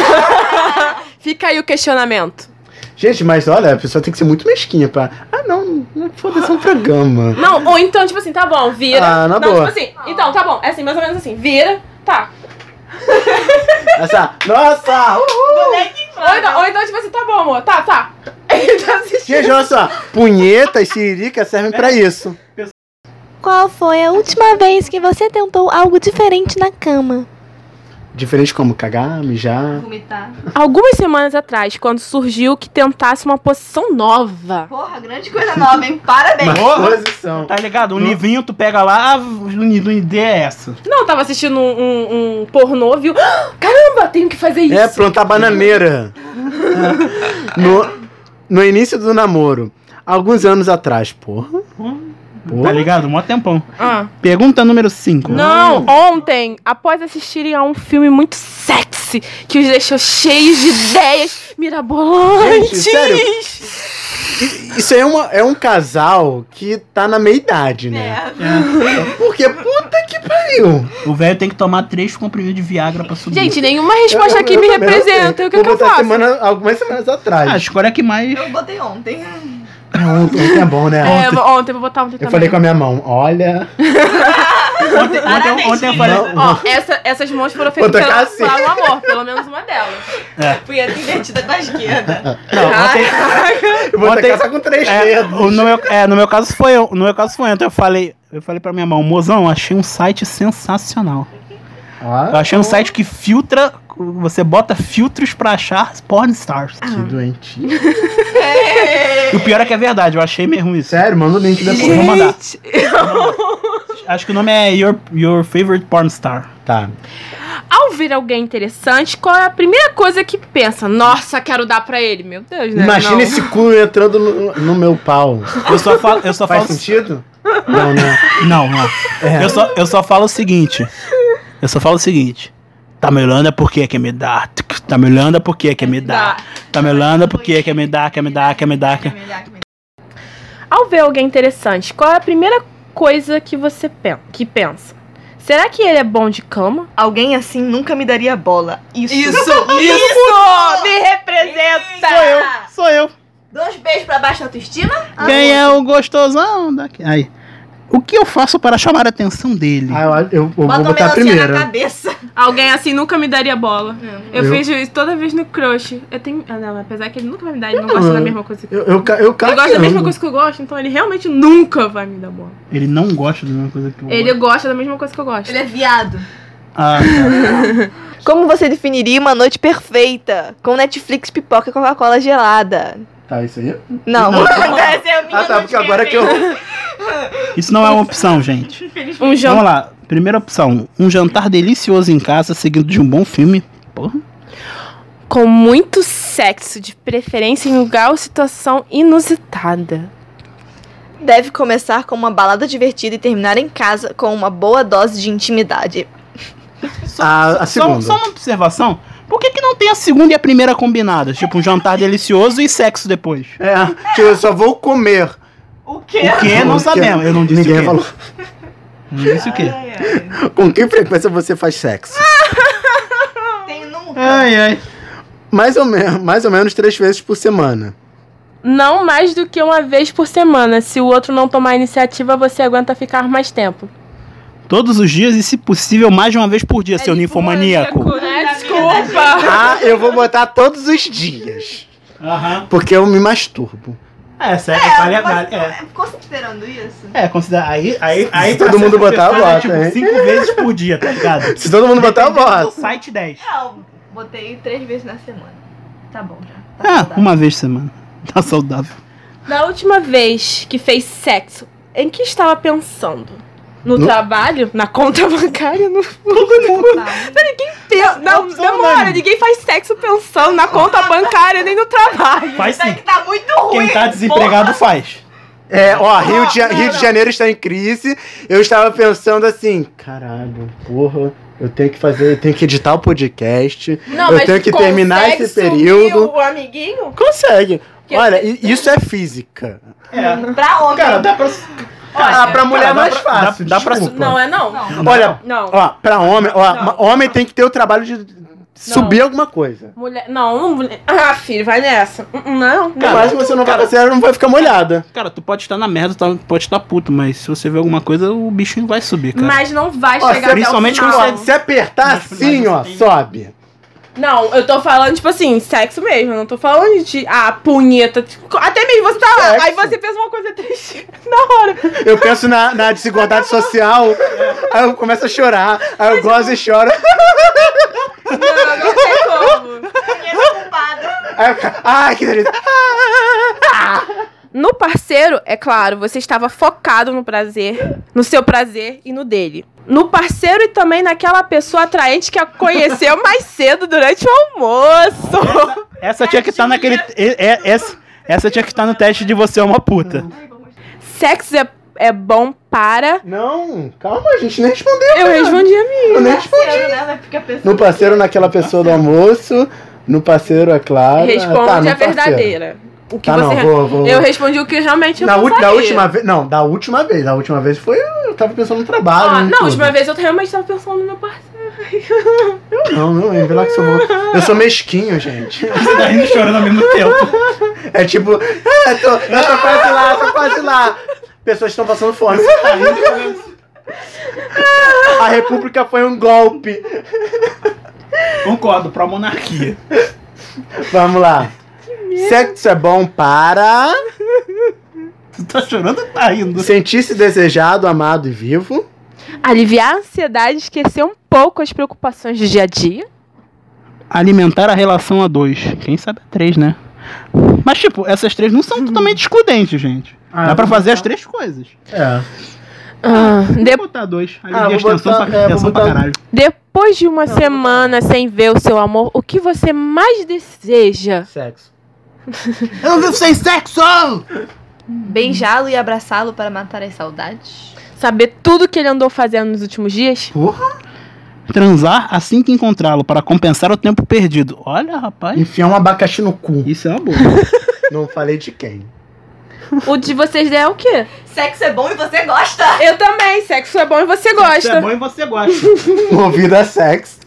S2: Fica aí o questionamento.
S5: Gente, mas olha, a pessoa tem que ser muito mesquinha pra... Ah, não, não foda-se é um programa.
S2: Não, ou então, tipo assim, tá bom, vira.
S5: Ah, na
S2: não,
S5: boa.
S2: tipo assim, então, tá bom, é assim, mais ou menos assim, vira, tá.
S5: Essa, nossa, uh,
S2: Ou então, ou então, tipo assim, tá bom, amor, tá, tá. [laughs] Ele tá assistindo.
S5: gente, olha só, punheta e siririca servem pra isso.
S6: Qual foi a última vez que você tentou algo diferente na cama?
S5: Diferente como cagar, mijar.
S4: Vomitar.
S2: Algumas semanas atrás, quando surgiu que tentasse uma posição nova.
S4: Porra, grande coisa nova, hein? Parabéns.
S5: Mas
S3: Porra.
S5: posição.
S3: Tá ligado? Um
S5: Não.
S3: livrinho, tu pega lá, ah, a unidade é essa.
S2: Não, tava assistindo um, um- um pornô, viu? [gasps] Ah, Caramba, tenho que fazer isso.
S5: É, plantar bananeira. no, no início do namoro, alguns anos atrás, porra.
S3: Tá
S5: Porra.
S3: ligado? Mó tempão.
S2: Ah.
S3: Pergunta número 5.
S2: Não, ontem, após assistirem a um filme muito sexy, que os deixou cheios de ideias, mirabolantes.
S5: Gente, sério? Isso aí é, uma, é um casal que tá na meia-idade, né? Porque puta que pariu.
S3: O velho tem que tomar três comprimidos de Viagra pra subir.
S2: Gente, nenhuma resposta aqui
S5: Eu- eu
S2: me
S5: também não sei.
S2: representa. O que,
S5: Vou
S2: que eu
S5: botar
S2: faço?
S5: Semana, algumas semanas atrás.
S3: Ah, a escolha que mais.
S4: Eu botei ontem.
S5: Ontem é bom, né?
S2: É, ontem. eu vou botar ontem
S5: Eu
S3: Tá
S2: também.
S5: falei com a minha mão, olha.
S3: Ontem, ontem, ontem eu falei.
S5: Não.
S2: Ó, essa- essas mãos foram feitas
S5: Outra
S2: pela,
S5: cacete.
S2: pelo amor, pelo menos uma delas.
S3: É.
S4: Fui invertida da esquerda.
S3: Não, ontem,
S5: Eu vou
S3: Ontem-
S5: até casar com três
S3: É,
S5: dedos.
S3: o- no, meu, é, no meu caso foi eu- no meu caso foi ontem. Eu falei, eu falei pra minha mão, mozão, achei um site sensacional. Eu
S5: Ah,
S3: achei um site que filtra, você bota filtros pra achar porn stars.
S5: que doente.
S3: E o pior é que é verdade, eu achei mesmo isso.
S5: Sério, manda o link
S3: Eu
S5: depois.
S3: Vou mandar. Acho que o nome é Your, Your Favorite Porn Star.
S5: Tá.
S2: Ao ver alguém interessante, qual é a primeira coisa que pensa? Nossa, quero dar pra ele. Meu Deus, né?
S5: Imagina
S2: Não.
S5: esse cu entrando no, no meu pau.
S3: Eu só falo, eu só
S5: Faz
S3: falo
S5: sentido? Não, né?
S3: Não, não.
S5: É.
S3: Eu, só, eu só falo o seguinte. Eu só falo o seguinte. Tá me olhando é porque quer me dar. Tuc, Tá me olhando é porque quer me dar. Tá me olhando é porque quer me dar, quer me dar, quer me dar. quer-
S2: Ao ver alguém interessante, qual é a primeira coisa que você pen- que pensa? Será que ele é bom de cama?
S4: Alguém assim nunca me daria bola. Isso. [laughs]
S2: Isso! Me representa!
S4: Sou eu.
S3: Sou eu.
S4: Dois beijos pra baixa autoestima.
S3: Quem é o gostosão daqui? Aí. O que eu faço para chamar a atenção dele?
S5: Ah, eu, eu- eu vou
S4: Bota uma
S5: botar a
S4: melancia na
S5: primeira.
S4: cabeça.
S2: Alguém assim nunca me daria bola. Eu,
S5: Eu?
S2: vejo isso toda vez no crush. Eu tenho. Ah, não, apesar que ele nunca vai me dar, ele não gosta da mesma coisa que eu.
S5: Eu, eu, ca- eu
S2: Ele gosta da mesma
S5: caqueando.
S2: coisa que eu gosto, então ele realmente nunca vai me dar bola.
S3: Ele não gosta da mesma coisa que eu.
S2: Ele gosta da mesma coisa que eu gosto.
S4: Ele é viado.
S3: Ah, tá.
S4: Como você definiria uma noite perfeita? Com Netflix, pipoca e Coca-Cola gelada.
S5: Tá, isso aí.
S4: Não. [laughs] Essa é a minha
S5: Ah, tá,
S4: noite
S5: porque agora que eu.
S3: Isso não é uma opção, gente.
S2: Um jantar.
S3: Vamos lá. Primeira opção: um jantar delicioso em casa, seguido de um bom filme. Porra.
S2: Com muito sexo, de preferência em lugar ou situação inusitada.
S4: Deve começar com uma balada divertida e terminar em casa com uma boa dose de intimidade.
S5: Ah, A,
S3: Só,
S5: a segunda.
S3: só uma observação. Por que, que não tem a segunda e a primeira combinadas? Tipo, um jantar delicioso e sexo depois.
S5: É, que eu só vou comer.
S4: O quê?
S3: O que? Não sabemos. Eu não disse
S5: Ninguém
S3: o quê.
S5: falou.
S3: Não disse o quê.
S5: Com que frequência você faz sexo?
S4: Tem nunca.
S3: Ai, ai.
S5: Mais ou, menos, mais ou menos três vezes por semana.
S2: Não mais do que uma vez por semana. Se o outro não tomar iniciativa, você aguenta ficar mais tempo.
S3: Todos os dias e, se possível, mais de uma vez por dia,
S5: é
S3: seu ninfomaníaco.
S2: Né? Desculpa.
S5: Ah, eu vou botar todos os dias.
S3: Aham.
S5: Porque eu me masturbo.
S3: É, sério, vale a vale. É.
S4: Considerando isso.
S3: É, considera. Aí, aí, aí
S5: todo
S3: pra
S5: mundo
S3: certas
S5: botar,
S3: pessoas, é,
S5: bota,
S3: tipo,
S5: hein?
S3: cinco vezes por dia, tá ligado?
S5: Se todo mundo botar, eu
S3: Dependendo do
S5: boto.
S3: Site 10.
S4: Não, botei três vezes na semana. Tá bom já. Tá
S3: Ah,
S4: saudável.
S3: uma vez por semana. [laughs] Tá saudável.
S2: Na última vez que fez sexo, em que estava pensando? No,
S5: No-
S2: trabalho? Na conta bancária? [laughs] No...
S4: Tá.
S2: Pensa, não,
S3: não,
S2: demora,
S3: mano.
S2: ninguém faz sexo pensando na conta bancária nem no trabalho.
S3: Faz
S4: Isso
S3: sim.
S4: aqui tá muito ruim.
S3: Quem tá desempregado faz.
S5: É, ó, Rio de, Ja- Rio de Janeiro está em crise. Eu estava pensando assim, caralho, porra, eu tenho que fazer, eu tenho que editar o podcast.
S2: Não,
S5: Eu tenho que terminar
S2: consegue
S5: esse
S2: subir
S5: período.
S2: O amiguinho?
S5: Consegue.
S2: Que-
S5: Olha, i- isso é física.
S3: É.
S4: Pra ontem.
S3: dá pra.
S5: Ah, pra mulher é
S3: dá
S5: mais
S3: pra-
S5: fácil.
S3: dá- dá pra-
S5: desculpa.
S2: Não, é não. Não.
S4: Não.
S5: Olha,
S2: não.
S5: ó, pra homem, ó,
S2: Não.
S5: ma- homem tem que ter o trabalho de subir alguma coisa.
S2: Mulher. Não, não, mulher. Ah, filho, vai nessa. Hum, hum, Não.
S5: Por mais que você não vai, você não vai ficar molhada.
S3: Cara, tu pode estar na merda, tu tá- pode estar puto, mas se você vê alguma coisa, o bichinho vai subir, cara.
S2: Mas não vai
S5: Ó,
S2: chegar
S3: principalmente
S2: até o
S3: quando
S2: final.
S5: Ó, se apertar
S3: Mas- mas
S5: assim,
S3: você
S5: ó,
S3: tem-
S5: sobe.
S2: Não, eu tô falando, tipo assim, sexo mesmo. Eu não tô falando de, ah, punheta. tipo, Até mesmo você tá lá,
S5: Sexo.
S2: aí você pensa uma coisa triste [laughs] na hora.
S5: Eu penso na, na
S2: [laughs]
S5: desigualdade social, aí eu começo a chorar, aí eu gozo e choro.
S2: Não, não tem como.
S5: tá-
S4: é
S5: Aí eu fico, ai, que delícia.
S2: No parceiro, é claro, você estava focado no prazer, no seu prazer e no dele. No parceiro e também naquela pessoa atraente que a conheceu mais cedo durante o almoço.
S3: Essa tinha que estar naquele. é- é- essa, essa tinha que estar no teste de você é uma puta.
S2: Sexo é, é bom para.
S5: Não, calma, a gente nem respondeu.
S2: Eu respondi a mim.
S4: Tá
S5: Eu nem respondi.
S4: Parceiro, né? Vai ficar pensando.
S5: No parceiro naquela pessoa do almoço, No parceiro, é claro.
S2: Responde
S5: Tá, no
S2: a
S5: parceiro.
S2: verdadeira. O que
S5: Tá,
S2: você
S5: não, vou, vou.
S2: Eu respondi o que realmente eu
S5: Na, ú-
S2: sabia.
S5: da última vez. Não, da última vez. A última vez foi. Eu tava pensando no trabalho.
S2: Ah,
S5: em
S2: não, a
S5: tudo.
S2: última vez eu realmente tava pensando no meu parceiro.
S5: Não, não, é lá que sou bom. Eu sou mesquinho, gente.
S3: Você tá rindo e chorando ao mesmo tempo.
S5: É tipo, ah, tô, essa parte lá, essa parte lá. Pessoas estão passando fome. Você tá rindo. A República foi um golpe.
S3: Concordo, pra monarquia.
S5: Vamos lá. Sexo é bom para
S3: Tu tá chorando ou tá rindo?
S5: sentir-se desejado, amado e vivo.
S2: Aliviar a ansiedade, esquecer um pouco as preocupações do dia a dia.
S3: Alimentar a relação a dois. Quem sabe a três, né? Mas, tipo, essas três não são totalmente excludentes, gente. Ah, Dá pra fazer as três coisas.
S5: É.
S2: Ah, de-
S3: Vou botar dois. Alivia
S5: Ah,
S3: a
S5: vou
S3: extensão
S5: botar-
S3: pra,
S5: é, vou
S3: tensão pra
S5: botar-
S3: caralho.
S2: depois de uma semana sem ver o seu amor, o que você mais deseja?
S5: Sexo. Eu não vivo sem sexo!
S4: Beijá-lo e abraçá-lo para matar as saudades.
S2: Saber tudo que ele andou fazendo nos últimos dias?
S3: Transar assim que encontrá-lo para compensar o tempo perdido. Olha, rapaz.
S5: Enfiar um abacaxi no cu.
S3: Isso é uma [laughs] boa.
S5: Não falei de quem.
S2: O de vocês é o quê?
S4: Sexo é bom e você gosta!
S2: Eu também. Sexo é bom e você
S3: Isso é bom e você gosta.
S5: Movido a sexo.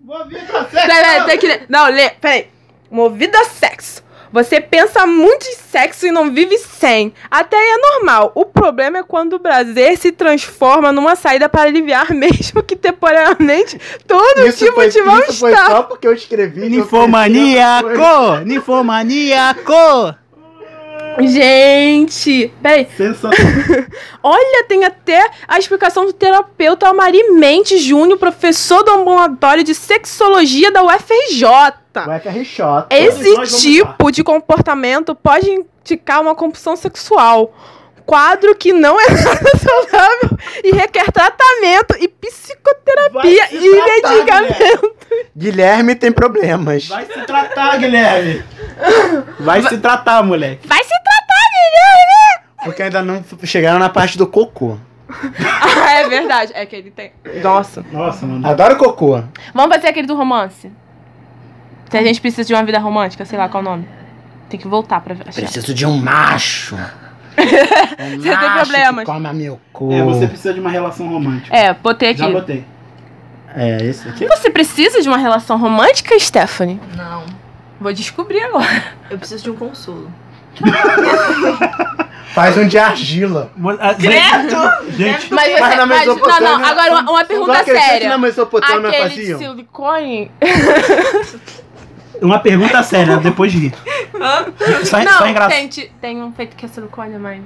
S3: Movido a
S2: Peraí, peraí, tem que ler. Não, lê, peraí. Movido a sexo. Você pensa muito em sexo e não vive sem. Até aí é normal. O problema é quando o prazer se transforma numa saída para aliviar, [laughs] mesmo que temporariamente, todo
S5: Isso
S2: tipo
S5: foi,
S2: de
S5: isso foi
S2: mal-estar.
S5: só porque eu escrevi.
S3: Ninfomaníaco! Ninfomaníaco!
S2: Gente, peraí.
S3: Sensacional.
S2: Olha, tem até a explicação do terapeuta Almari Mente Júnior, professor do ambulatório de sexologia da UFRJ.
S5: O FR Shot.
S3: Todos nós
S2: Esse
S3: vamos
S2: tipo de comportamento pode indicar uma compulsão sexual. Quadro que não é [laughs] nada saudável e requer tratamento e [laughs] psicoterapia
S3: Vai se
S2: e
S3: tratar,
S2: medicamento.
S5: Guilherme tem problemas.
S3: Vai se tratar, Guilherme! Vai se tratar, moleque.
S2: Vai se
S5: Porque ainda não chegaram na parte do cocô.
S2: tratar. é verdade. É que ele tem. Nossa.
S3: Nossa, mano.
S5: Adoro cocô.
S2: Vamos fazer aquele do romance? Se a gente precisa de uma vida romântica, sei lá qual é o nome. Tem que voltar pra achar.
S5: Preciso de
S2: [laughs]
S5: um macho. Um
S2: Você tem problemas.
S5: Que coma meu cu.
S3: É, você precisa de uma relação romântica.
S2: É, botei
S3: Já
S2: aqui.
S3: botei.
S5: É, esse aqui.
S2: Você precisa de uma relação romântica, Stephanie?
S4: Não,
S2: Vou descobrir agora.
S4: eu preciso de um consolo.
S5: Faz um de argila.
S3: ah, Credo! Gente,
S2: Mas você.
S5: Mas na
S2: mas- não,
S5: Mesopotâmia-
S2: não, agora uma, uma pergunta
S5: acredita que
S2: séria.
S5: na Mesopotâmia
S2: Aquele de
S5: faziam?
S2: silicone
S3: uma pergunta séria, depois de rir. Só,
S2: não,
S3: só Tá- engraçado.
S2: tem, ti- tem um feito que é silicone mais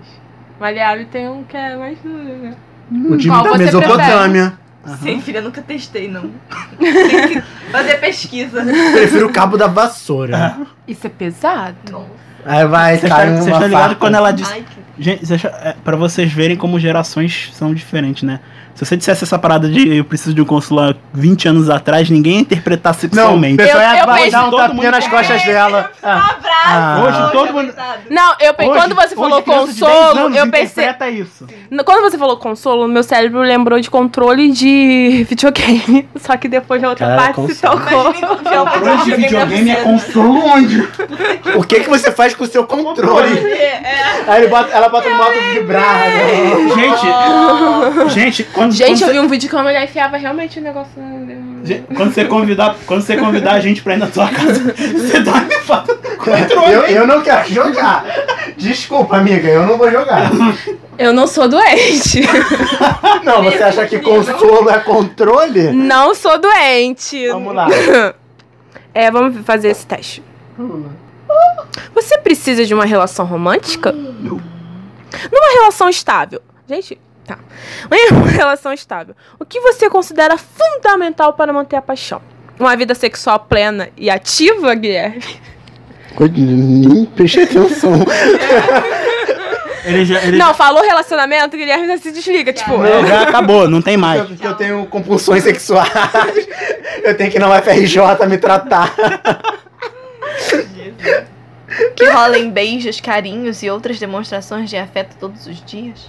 S2: maleável e tem um que é mais duro, né?
S5: O de
S2: Qual você [laughs]
S5: Mesopotâmia.
S4: Sim, filha, nunca testei, não. Tem que fazer pesquisa.
S5: Prefiro o cabo da vassoura.
S2: Isso é pesado.
S5: Aí vai,
S3: Vocês
S5: cai
S3: estão
S5: uma
S3: vocês estão ligados
S5: faca.
S3: tá quando ela disse.
S4: Ai, que...
S3: Gente, vocês- é, pra vocês verem como gerações são diferentes, né? Se você dissesse essa parada de eu preciso de um consular 20 anos atrás, ninguém ia interpretar
S5: Não, o
S3: sexualmente.
S5: pessoal
S2: Eu-
S5: ia
S2: eu
S5: vai
S2: penso-
S5: dar um
S3: todo
S5: tapinha
S3: mundo-
S5: nas costas dela.
S4: Um
S5: Ah,
S4: abraço!
S5: Hoje
S3: todo mundo-
S4: coitado.
S2: Não, eu pe-
S3: Hoje-
S2: quando você
S3: hoje
S2: falou
S3: criança de 10
S2: consolo,
S3: anos
S2: eu pensei.
S3: interpreta isso.
S2: No- Quando você falou consolo, meu cérebro lembrou de controle de [laughs] videogame. Só que depois a outra
S5: Cara,
S2: parte se
S5: consolo.
S2: tocou. [laughs]
S3: Hoje videogame é consolo onde?
S5: O que, que você faz com o seu
S3: Tá
S5: controle?
S2: É,
S5: Aí ele bota- ela bota um modo de braga.
S2: [laughs]
S3: Gente, gente, quando, quando,
S2: Gente, eu
S3: você,
S2: vi um vídeo que uma mulher enfiava realmente o negócio. no-
S3: gente, quando você convidar, quando você convidar a gente pra ir na sua casa, [laughs] você dá me fala.
S5: Eu, eu não quero jogar. Desculpa, amiga, eu não vou jogar.
S2: Eu não sou
S3: [laughs]
S2: doente.
S5: Não, você acha que consolo é controle?
S2: não sou doente.
S5: Vamos lá.
S2: É, vamos fazer esse teste. Você precisa de uma relação romântica? Não. Numa relação estável. Gente, tá. Em uma [laughs] relação estável. O que você considera fundamental para manter a paixão? Uma vida sexual plena e ativa, Guilherme?
S5: Nem prestei atenção.
S3: Ele já, ele
S2: Não, falou relacionamento, Guilherme já se desliga, tipo.
S3: Não, já acabou, não tem mais.
S5: É, Eu, eu tenho compulsões sexuais. Eu tenho que ir na UFRJ me tratar.
S4: Que rolem beijos, carinhos e outras demonstrações de afeto todos os dias.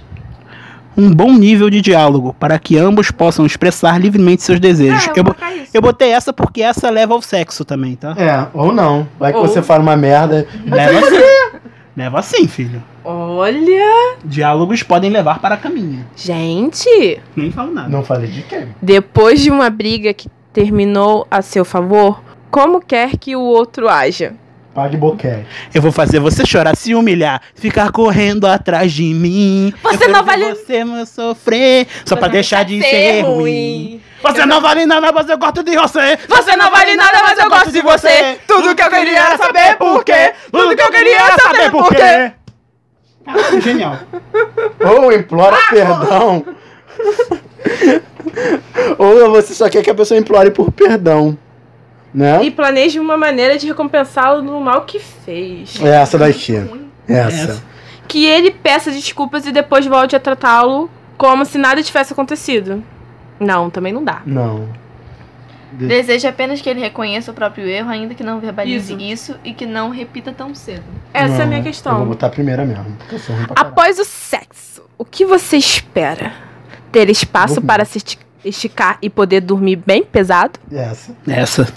S3: um bom nível de diálogo para que ambos possam expressar livremente seus desejos.
S2: É,
S3: eu, bo-
S2: colocar isso.
S3: eu botei essa porque essa leva ao sexo também, tá?
S5: É, ou não. Vai que
S2: Ou-
S5: você fala uma merda.
S3: Leva sim. Leva sim, filho.
S2: Olha!
S3: Diálogos podem levar para caminho.
S2: Gente,
S3: Nem falo nada.
S5: Não falei de quem?
S2: depois de uma briga que terminou a seu favor, como quer que o outro haja?
S5: Pague boquete.
S3: Eu vou fazer você chorar, se humilhar, ficar correndo atrás de mim.
S2: Você
S3: Eu quero
S2: não
S3: ver
S2: vale-
S3: Você me sofrer só pra deixar de ser é ruim. Você não vale nada, mas eu gosto de você.
S2: Você não vale nada, mas eu gosto de você. Tudo que eu queria era saber por quê. Tudo que eu queria era saber por quê.
S3: Caralho, Tá, Genial.
S5: Ou implora
S2: Ah,
S5: perdão. Ou você só quer que a pessoa implore por perdão. Né?
S2: E planeje uma maneira de recompensá-lo no mal que fez.
S5: É essa daqui. Essa.
S3: Essa.
S2: Que ele peça desculpas e depois volte a tratá-lo como se nada tivesse acontecido. Não, também não dá.
S5: Não.
S4: Deseja apenas que ele reconheça o próprio erro, ainda que não verbalize isso, e que não repita tão cedo.
S2: Essa é a
S5: Não,
S2: minha
S5: Eu vou
S2: questão.
S5: botar a primeira mesmo. Porque eu sou ruim pra caralho.
S2: Após o sexo, o que você espera? Ter espaço
S5: Dormir.
S2: para se esti- esticar e poder dormir bem pesado?
S5: Essa.
S3: Essa.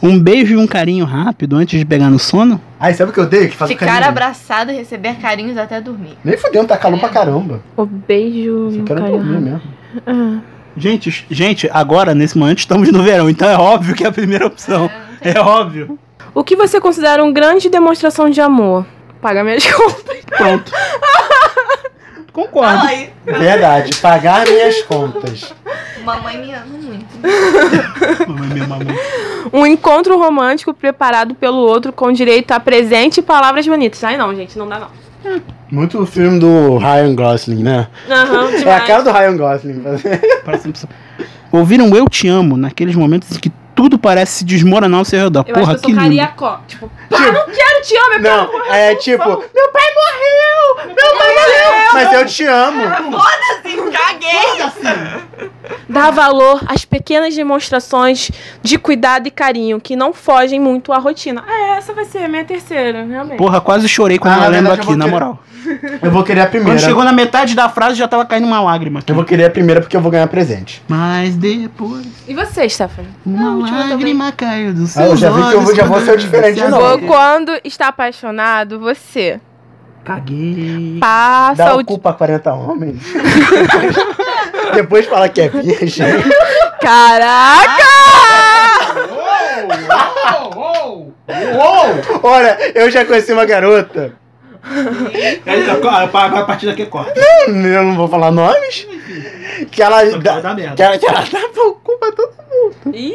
S3: Um beijo e um carinho rápido antes de pegar no sono?
S5: Aí sabe o que eu odeio? Que faz o
S4: Ficar
S5: carinho.
S4: abraçado e receber carinhos até dormir.
S5: Nem fudendo, tá calor pra caramba.
S2: O beijo
S5: Só
S2: no
S5: quero dormir
S2: carinho.
S5: mesmo.
S2: Ah,
S3: Gente, gente, agora, nesse momento, estamos no verão, então é óbvio que é a primeira opção. É, óbvio.
S2: O que você considera uma grande demonstração de amor? Paga minhas contas.
S3: Pronto. Concordo.
S4: aí.
S5: Verdade. Pagar minhas contas.
S4: Mamãe me ama [laughs] muito.
S3: Mamãe, minha mamãe.
S2: Um encontro romântico preparado pelo outro com direito a presente e palavras bonitas. Ai não, gente, não dá não.
S5: Muito filme do Ryan Gosling, né?
S2: Aham,
S5: É a
S2: demais.
S5: cara do Ryan [laughs] Gosling.
S3: Próxima opção. Ouvir um Eu Te Amo naqueles momentos em que tudo parece se desmoronar ao seu redor.
S2: Eu
S3: Porra,
S2: acho
S3: que
S2: que eu sou
S3: lindo.
S2: cariacó. Tipo, pá, não quero te amo, é pra
S5: Não, é tipo, meu pai morreu! Meu pai morreu! Mas eu te amo!
S4: Caguei!
S2: Dá valor às pequenas demonstrações de cuidado e carinho que não fogem muito à rotina. É, essa vai ser a minha terceira, realmente.
S3: Porra, quase chorei quando
S5: Ah,
S3: eu
S5: na
S3: lembro
S5: verdade, eu
S3: aqui,
S5: vou
S3: na
S5: querer-
S3: moral.
S5: Eu vou querer a
S3: Quando
S5: primeira.
S3: chegou na metade da frase, já tava caindo uma lágrima. aqui.
S5: Eu vou querer a primeira porque eu vou ganhar presente.
S3: Mas depois
S2: E você, Stephanie?
S3: uma
S4: última
S3: lágrima caiu dos
S5: Ah, eu
S3: seus
S5: já vi que eu vou- já vou
S3: quando
S5: ser o diferente,
S3: você
S5: não.
S3: a-
S5: Vou
S2: Ou Quando está apaixonado, você
S3: Caguei.
S5: Dá
S2: passa o
S5: o cu pra 40 homens. [laughs] Depois fala que é virgem.
S2: Caraca!
S5: Olha, eu já conheci uma garota.
S3: Agora tá, a partir daqui corta.
S5: Eu não vou falar nomes. Que ela.
S3: Vai
S5: dá-
S3: dar merda.
S5: Que ela, que ela dava o cu pra todo mundo.
S2: Ih,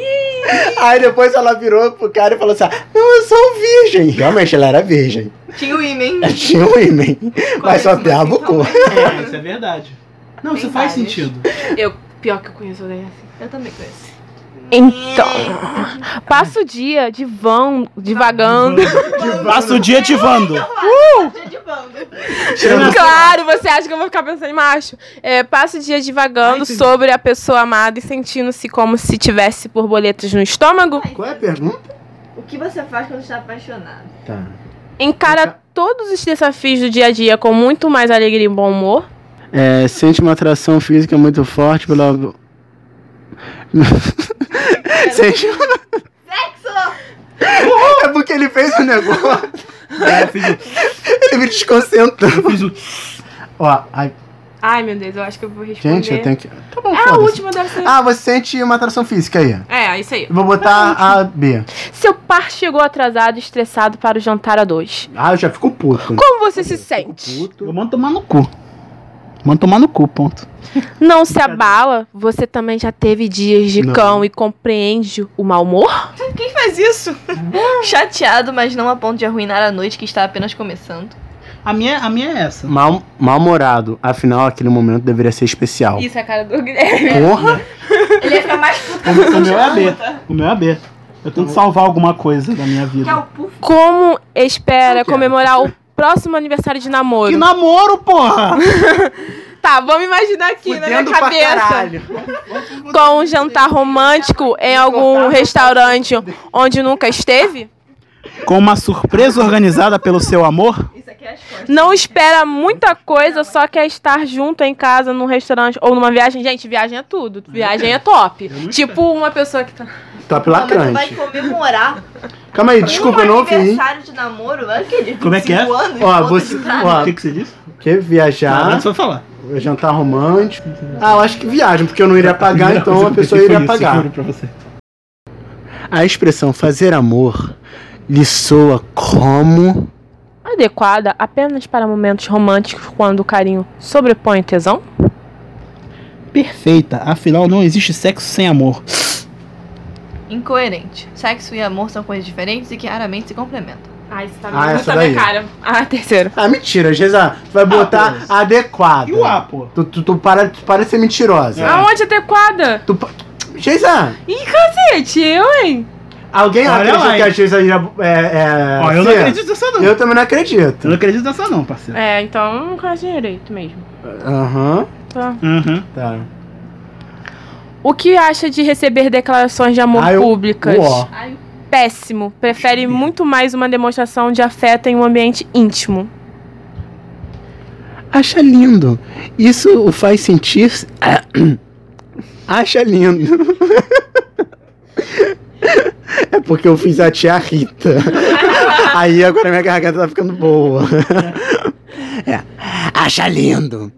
S5: Aí depois ela virou pro cara e falou assim: ah, Não, eu sou virgem. Realmente ela era virgem.
S4: Tinha o Imen.
S5: Ela Tinha um imen, mas só
S4: Conheço,
S5: dava
S4: mas
S5: o cu.
S3: É, isso é verdade. Não,
S4: Tem
S3: isso faz
S4: vários.
S3: sentido.
S2: eu pior que eu conheço alguém assim.
S4: Eu também conheço.
S2: Então, passa o dia de vão, divagando.
S3: Passa o dia ativando.
S4: Uh! Tá
S2: Claro, você acha que eu vou ficar pensando em macho? É, passa o dia divagando
S3: Ai, sim.
S2: sobre a pessoa amada e sentindo-se como se tivesse borboletas no estômago.
S5: Qual é a pergunta?
S4: O que você faz quando está apaixonado?
S5: Tá.
S2: Encara todos os desafios do dia a dia com muito mais alegria e bom humor.
S5: É, sente uma atração física muito forte pela.
S3: [laughs]
S5: sente... É porque ele fez um
S3: [laughs]
S5: negócio,
S3: É, eu fiz o-
S5: ele me desconcentrou.
S3: eu fiz o-
S5: Ó, ai,
S2: Ai, meu Deus, eu acho que eu vou responder.
S5: gente, eu tenho que. Tá bom,
S2: É a
S5: foda-se.
S2: última deve ser.
S5: Ah, você sente uma atração física aí.
S2: É, isso aí.
S5: Eu Vou botar a B.
S2: Seu par chegou atrasado e estressado para o jantar a dois.
S5: Ah, eu já fico puto.
S2: Como você se sente?
S5: Puto.
S3: Eu mando tomar no cu. Mando tomar no cu, ponto.
S2: Não se abala? Você também já teve dias de
S5: Não.
S2: cão e compreende o mau humor?
S4: Quem faz
S5: [laughs]
S4: isso? Chateado, mas não a ponto de arruinar a noite que está apenas começando.
S3: A minha, a minha é essa.
S5: Mal, mal-humorado. Afinal, aquele momento deveria ser especial.
S4: Isso é a cara do Guilherme.
S5: Porra!
S4: Ele ia ficar mais puto
S3: O meu- o meu é a B. O meu é a B. Eu tenho que salvar alguma coisa da minha
S4: que é
S3: vida.
S4: o puff.
S2: Como espera
S5: Eu quero.
S2: comemorar o próximo aniversário de namoro?
S3: Que namoro, porra!
S2: Tá, vamos imaginar aqui na minha cabeça. Com um jantar romântico em algum restaurante onde nunca esteve?
S3: Com uma surpresa organizada pelo seu amor?
S4: Isso aqui é
S2: Não espera muita coisa, só quer estar junto em casa, num restaurante ou numa viagem. Gente, viagem é tudo. Viagem é top.
S3: não
S2: Tipo uma pessoa que tá.
S5: Top
S4: Não, mas tu vai
S5: lacrante.
S4: comemorar
S5: Calma aí, desculpa, eu
S4: um
S5: não ouvi. hein?
S4: aniversário de namoro, olha que ele
S3: Como é que é?
S4: 25 Anos,
S5: Ó,
S4: volta
S5: você.
S4: de trás.
S5: Ó,
S3: O que, que você disse?
S5: quer
S3: Agora
S5: viajar,
S3: você vai falar.
S5: jantar romântico. Ah, eu acho que viagem, porque eu
S3: [laughs]
S5: não iria pagar,
S3: Primeira
S5: então
S3: coisa
S5: a
S3: que eu
S5: pessoa
S3: pensei
S5: iria
S3: foi isso,
S5: pagar.
S3: juro pra você.
S5: A expressão fazer amor lhe soa como.
S2: Adequada apenas para momentos românticos quando o carinho sobrepõe o tesão?
S3: Perfeita, afinal não existe sexo sem amor.
S4: Incoerente. Sexo e amor são coisas diferentes e que raramente se complementam.
S2: Ai, isso tá
S5: Ah, muito essa na minha daí.
S2: cara. Ah, terceiro.
S5: Ah, mentira, Geza, vai botar
S3: pô.
S5: adequado.
S3: E o A, pô?
S5: Tu, tu, tu para, tu para de ser mentirosa.
S2: Aonde adequada?
S5: Tu pa-
S3: É.
S5: Geisa,
S2: Gente, eu, hein?
S5: alguém
S3: Olha
S5: acredita
S3: lá,
S5: que
S3: hein?
S5: a Geisa iria. É, é,
S3: Ó, eu não
S5: ser?
S3: acredito nessa não.
S5: Eu também não acredito.
S3: Eu não acredito nessa não, parceiro.
S2: É, então não faz direito mesmo.
S5: Aham,
S2: Tá.
S3: Uhum.
S5: tá.
S2: O que acha de receber declarações de amor
S5: Ah, eu-
S2: públicas?
S5: Uó.
S2: Péssimo. Prefere muito mais uma demonstração de afeto em um ambiente íntimo.
S5: Acha lindo. Isso o faz sentir. ah, [clears throat] Acha lindo. [laughs] É porque eu fiz a tia Rita. [laughs] Aí agora minha garganta tá ficando boa. [laughs] É. Acha lindo.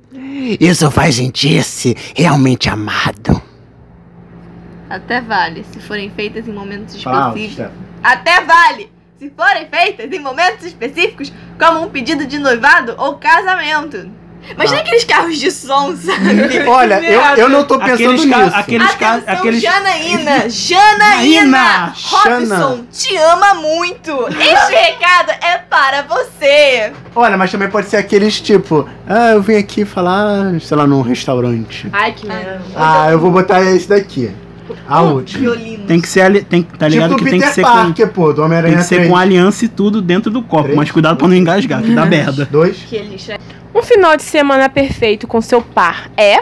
S5: Isso faz sentir-se realmente amado.
S4: Até vale, se forem feitas em momentos específicos. Até vale! Se forem feitas em momentos específicos, como um pedido de noivado ou casamento.
S5: Tá.
S4: Imagina aqueles carros de som, sabe?
S5: Olha, eu, eu não tô pensando
S3: Aqueles, ca-
S5: nisso.
S3: aqueles, ca-
S4: [laughs] Atenção,
S3: aqueles
S5: [laughs]
S4: Janaína! Janaína!
S5: Janaína,
S4: Robson te ama muito! Este [laughs] recado é para você!
S5: Olha, mas também pode ser aqueles tipo, ah, eu vim aqui falar, sei lá, num restaurante.
S2: Ai, que
S5: Ah, eu vou botar esse daqui. A última.
S4: Um Violino.
S3: tem que ser ali- tem, tá ligado
S5: tipo
S3: que tem que ser com
S5: Parker, pô, do Homem-Aranha
S3: tem que ser
S5: 3.
S3: com aliança e tudo dentro do copo,
S5: Três. Uhum.
S3: mas cuidado pra não engasgar, que dá merda. [laughs]
S5: Dois?
S4: Que ele já-
S2: Um final de semana perfeito com seu par é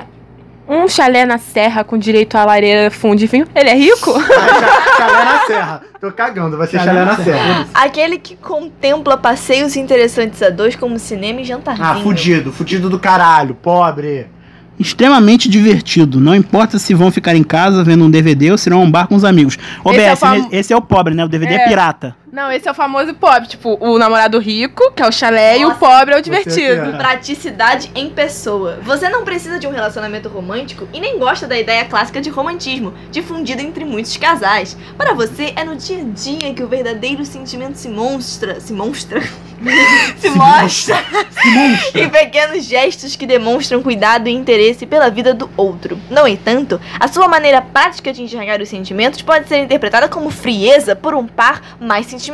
S2: um chalé na serra com direito à lareira, fundo e vinho. Ele é rico?
S5: Vai, cha- Chalé na Serra. Tô cagando, vai ser Chalé na Serra.
S4: Aquele que contempla passeios interessantes a dois, como cinema e jantarzinho.
S5: Ah, fudido, fudido do caralho, pobre.
S3: Extremamente divertido, não importa se vão ficar em casa vendo um DVD ou se irão a um bar com os amigos. Ô,
S2: Esse é
S3: BS,
S2: o fam-
S3: esse é o pobre, né? O DVD é,
S2: É.
S3: pirata.
S2: [laughs] Não, esse é o famoso pobre. Tipo, o namorado rico, que é o chalé, e o pobre é o divertido.
S5: aqui,
S4: Praticidade em pessoa. Você não precisa de um relacionamento romântico e nem gosta da ideia clássica de romantismo, difundida entre muitos casais. Para você, é no dia a dia que o verdadeiro sentimento se monstra. Se monstra? [laughs] se mostra. em pequenos gestos que demonstram cuidado e interesse pela vida do outro. No entanto, a sua maneira prática de enxergar os sentimentos pode ser interpretada como frieza por um par mais sentimental.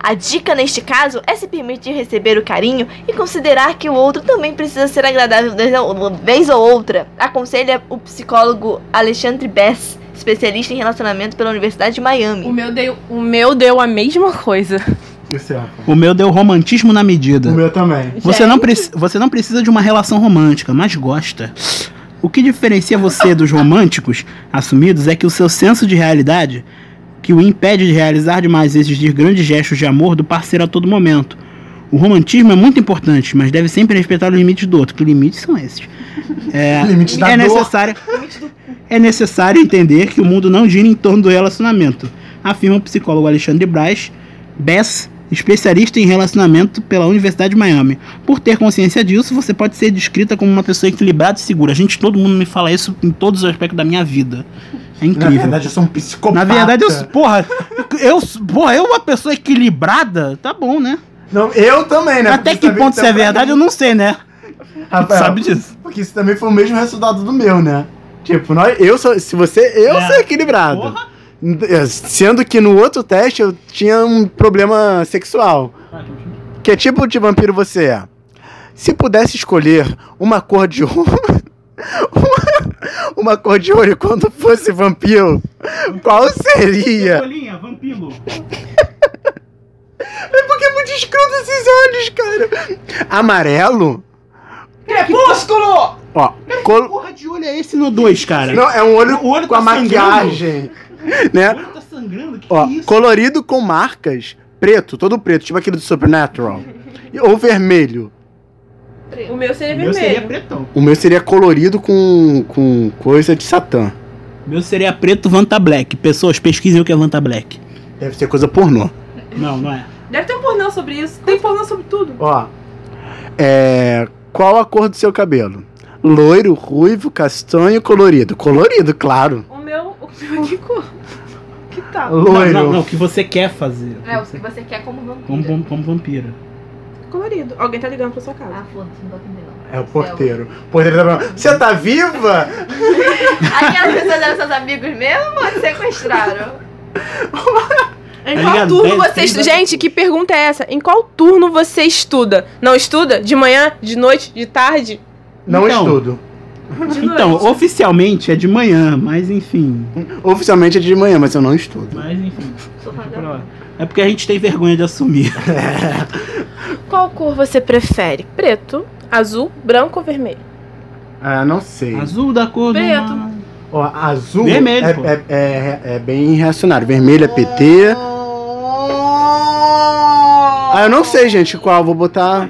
S4: A dica neste caso é se permitir receber o carinho e considerar que o outro também precisa ser agradável de uma vez ou outra. Aconselha o psicólogo Alexandre Bess, especialista em relacionamento pela Universidade de
S5: Um
S2: O
S4: Miami.
S2: meu, deu, o meu deu a mesma coisa.
S5: O seu.
S3: O meu deu romantismo na
S5: O
S3: medida.
S5: meu também.
S3: Você não, preci- você não precisa de uma relação romântica, mas gosta. O que diferencia você dos românticos assumidos é que o seu senso de realidade que o impede de realizar demais e exigir grandes gestos de amor do parceiro a todo momento. O romantismo é muito importante, mas deve sempre respeitar os limites do outro. Que limites são esses? É,
S5: Limite da
S3: é
S5: dor.
S3: necessário é necessário entender que o mundo não gira em torno do relacionamento, afirma o psicólogo Alexandre Braz, Bess, especialista em relacionamento pela Universidade de Miami. Por ter consciência disso, você pode ser descrita como uma pessoa equilibrada e segura. Gente, todo mundo me fala isso em todos os aspectos da minha vida. É
S5: Na
S3: incrível.
S5: verdade, eu sou um psicopata.
S3: Na verdade, eu, porra, eu, porra, eu uma pessoa equilibrada, tá bom, né?
S5: Não, eu também, né?
S3: Até que ponto isso é verdade, eu não sei, né? Tu
S5: Rafael,
S3: sabe disso.
S5: Porque isso também foi o mesmo resultado do meu, né? Tipo, nós, eu sou, se você, eu
S3: É.
S5: sou equilibrado.
S3: Porra.
S5: É, Sendo que no outro teste eu tinha um problema sexual. Que é tipo de vampiro você é. Se pudesse escolher uma cor de olho. [laughs] uma, uma cor de olho quando fosse vampiro, qual seria?
S3: Cebolinha, vampiro.
S5: Porque é muito escroto esses olhos, cara. Amarelo?
S7: Crepúsculo!
S5: Ó, col-
S3: Porra de olho é esse no 2, cara?
S5: Não, é um olho,
S3: O olho
S5: com a
S3: tá sangrando.
S5: maquiagem. Né?
S3: olho tá sangrando, que
S5: Ó,
S3: isso?
S5: colorido com marcas, preto, todo preto, tipo aquele do Supernatural. ou vermelho?
S2: O meu
S8: É
S2: seria
S3: O meu seria
S2: vermelho.
S3: pretão.
S5: O meu seria colorido com, com coisa de Satã.
S3: O meu seria preto Vanta Black. Pessoas, pesquisem o que é Vanta Black.
S5: Deve ser coisa pornô.
S3: Não, não é.
S2: Deve ter um pornô sobre isso. Tem pornô sobre tudo.
S5: Ó. É. Qual a cor do seu cabelo? Loiro, ruivo, castanho, colorido. Colorido, claro.
S2: O meu, o meu é de cor. Que tá? tal?
S5: Loiro.
S3: Não, não, não, o que você quer fazer.
S8: É, o que você quer como vampiro.
S3: Como, como, como vampira.
S2: Colorido. Alguém tá ligando pra sua casa.
S8: Ah, foda-se, não tô entendendo.
S5: É o porteiro. O porteiro tá falando, Você tá viva?
S8: Aquelas pessoas eram seus amigos mesmo ou te sequestraram?
S2: Em
S3: Tá
S2: qual
S3: ligado?
S2: turno
S3: Dez-
S2: você
S3: dez
S2: estuda?
S3: horas-
S2: Gente, que pergunta é essa? Em qual turno você estuda? Não estuda? De manhã? De noite? De tarde?
S5: Não
S3: Então.
S5: estudo.
S2: De
S3: Então,
S2: noite.
S3: oficialmente é de manhã, mas enfim.
S5: Oficialmente é de manhã, mas eu não estudo.
S3: Mas enfim.
S8: Sou
S3: deixa
S8: fantasma.
S3: pra lá. É porque a gente tem vergonha de assumir.
S2: Qual cor você prefere? Preto, azul, branco ou vermelho?
S5: Ah, não sei.
S3: Azul da cor
S2: Preto.
S3: do. mar.
S5: Ó, azul
S3: Vermelho,
S5: é,
S3: pô.
S5: é, é- é bem reacionário. Vermelho é PT. Ah, eu não sei, gente, qual. Vou botar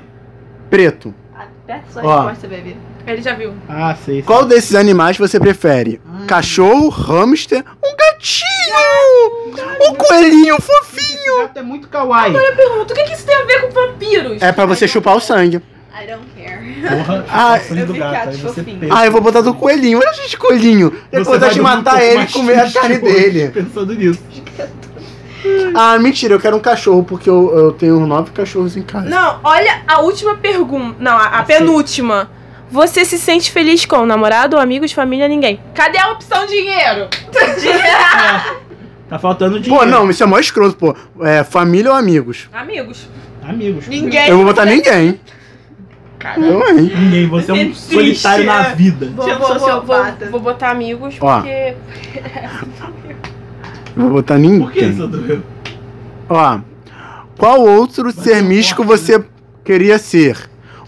S5: preto.
S8: Aperta sua
S5: Ó.
S8: resposta, bebê.
S2: Ele já viu.
S3: Ah, sei. sei.
S5: Qual desses animais você prefere? Cachorro, hamster, um gatinho, um coelhinho fofinho.
S3: Esse gato é muito kawaii.
S2: Pergunta, o que, que isso tem a ver com vampiros?
S5: É pra você chupar o sangue.
S8: I don't care.
S3: Porra,
S5: Ah,
S3: sangue
S8: eu
S3: do
S8: vi é
S3: gato.
S8: gato
S3: Aí você
S8: fofinho.
S3: pensa.
S5: Ah, eu vou botar do coelhinho. Olha, gente, coelhinho. Eu vou
S3: vai
S5: tentar de
S3: dormir um
S5: matar
S3: pouco
S5: ele e
S3: mais [laughs]
S5: comer a
S3: triste
S5: carne
S3: hoje,
S5: dele.
S3: Pensando nisso.
S5: [laughs] Ah, mentira, eu quero um cachorro, porque eu, eu tenho nove cachorros em casa.
S2: Não, olha a última pergunta. Não, a, a
S3: Assim.
S2: penúltima. Você se sente feliz com o namorado, amigo, de família, ninguém? Cadê a opção dinheiro?
S3: Tá faltando dinheiro.
S5: Pô, não, isso é mó escroto, pô. É, família ou amigos?
S2: Amigos.
S3: Amigos.
S2: Ninguém.
S5: Eu vou botar ninguém.
S8: Cara,
S5: Eu, hein?
S3: Ninguém, você
S2: [laughs]
S3: é um
S8: Triste,
S3: solitário
S8: né?
S3: na vida.
S8: bom
S2: Vou- vou, vou, vou,
S8: sociopata.
S2: vou botar amigos,
S5: Ó.
S2: porque
S5: Eu vou botar
S3: Por que
S5: ninguém.
S3: isso doeu?
S5: Ó, qual outro ser
S3: eu
S5: místico
S3: gosto,
S5: você queria ser?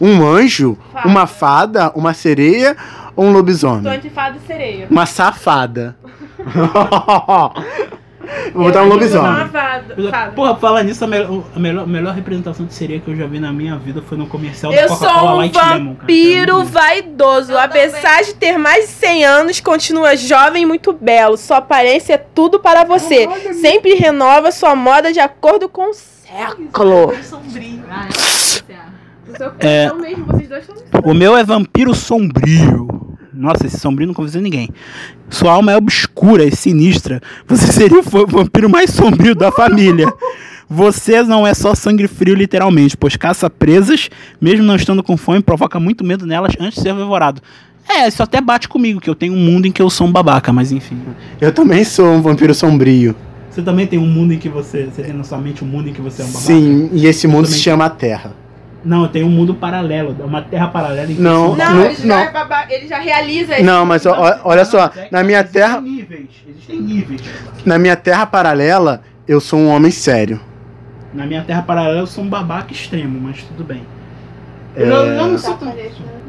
S5: Um anjo?
S2: Fada.
S5: Uma fada? Uma sereia? Ou um
S2: tô
S5: lobisomem?
S2: entre fada e sereia.
S5: Uma safada.
S3: [laughs]
S2: Eu
S5: vou botar um
S2: vou botar uma
S5: lobisomem.
S2: vada- fada.
S3: Porra, falar nisso, a, me- a melhor, a melhor representação de seria que eu já vi na minha vida foi no comercial da
S2: Eu
S3: Coca-Cola
S2: sou um
S3: Light Lemon, cara.
S2: vampiro
S3: É muito-
S2: vaidoso.
S8: Eu
S2: Apesar de ter mais de 100 anos, continua jovem e muito belo. Sua aparência é tudo para você. Sempre renova sua moda de acordo com o século.
S8: eu sombrio. Ah, é
S3: É.
S2: Então mesmo, vocês dois estão
S3: O meu é vampiro sombrio. Nossa, esse sombrio não convenceu ninguém. Sua alma é obscura e sinistra. Você [laughs] seria o fa- vampiro mais sombrio da família. Você não é só sangue frio, literalmente, pois caça presas, mesmo não estando com fome, provoca muito medo nelas antes de ser devorado. É, isso até bate comigo, que eu tenho um mundo em que eu sou um babaca, mas enfim.
S5: Eu também sou um vampiro sombrio.
S3: Você também tem um mundo em que você. Você tem na sua mente um mundo em que você é um babaca?
S5: Sim, e esse mundo se
S3: também.
S5: chama Terra.
S3: Não, tem um mundo paralelo, uma terra paralela em que
S5: Não,
S3: eu sou um
S5: não,
S3: babaca.
S5: não. não.
S2: Ele já realiza
S5: mas ó, ó, olha só, na minha
S3: Existem
S5: terra,
S3: níveis, existem níveis.
S5: na minha terra paralela, eu sou um homem sério.
S3: Na minha terra paralela eu sou um babaca extremo, mas tudo bem. Eu, não- eu não sou tão...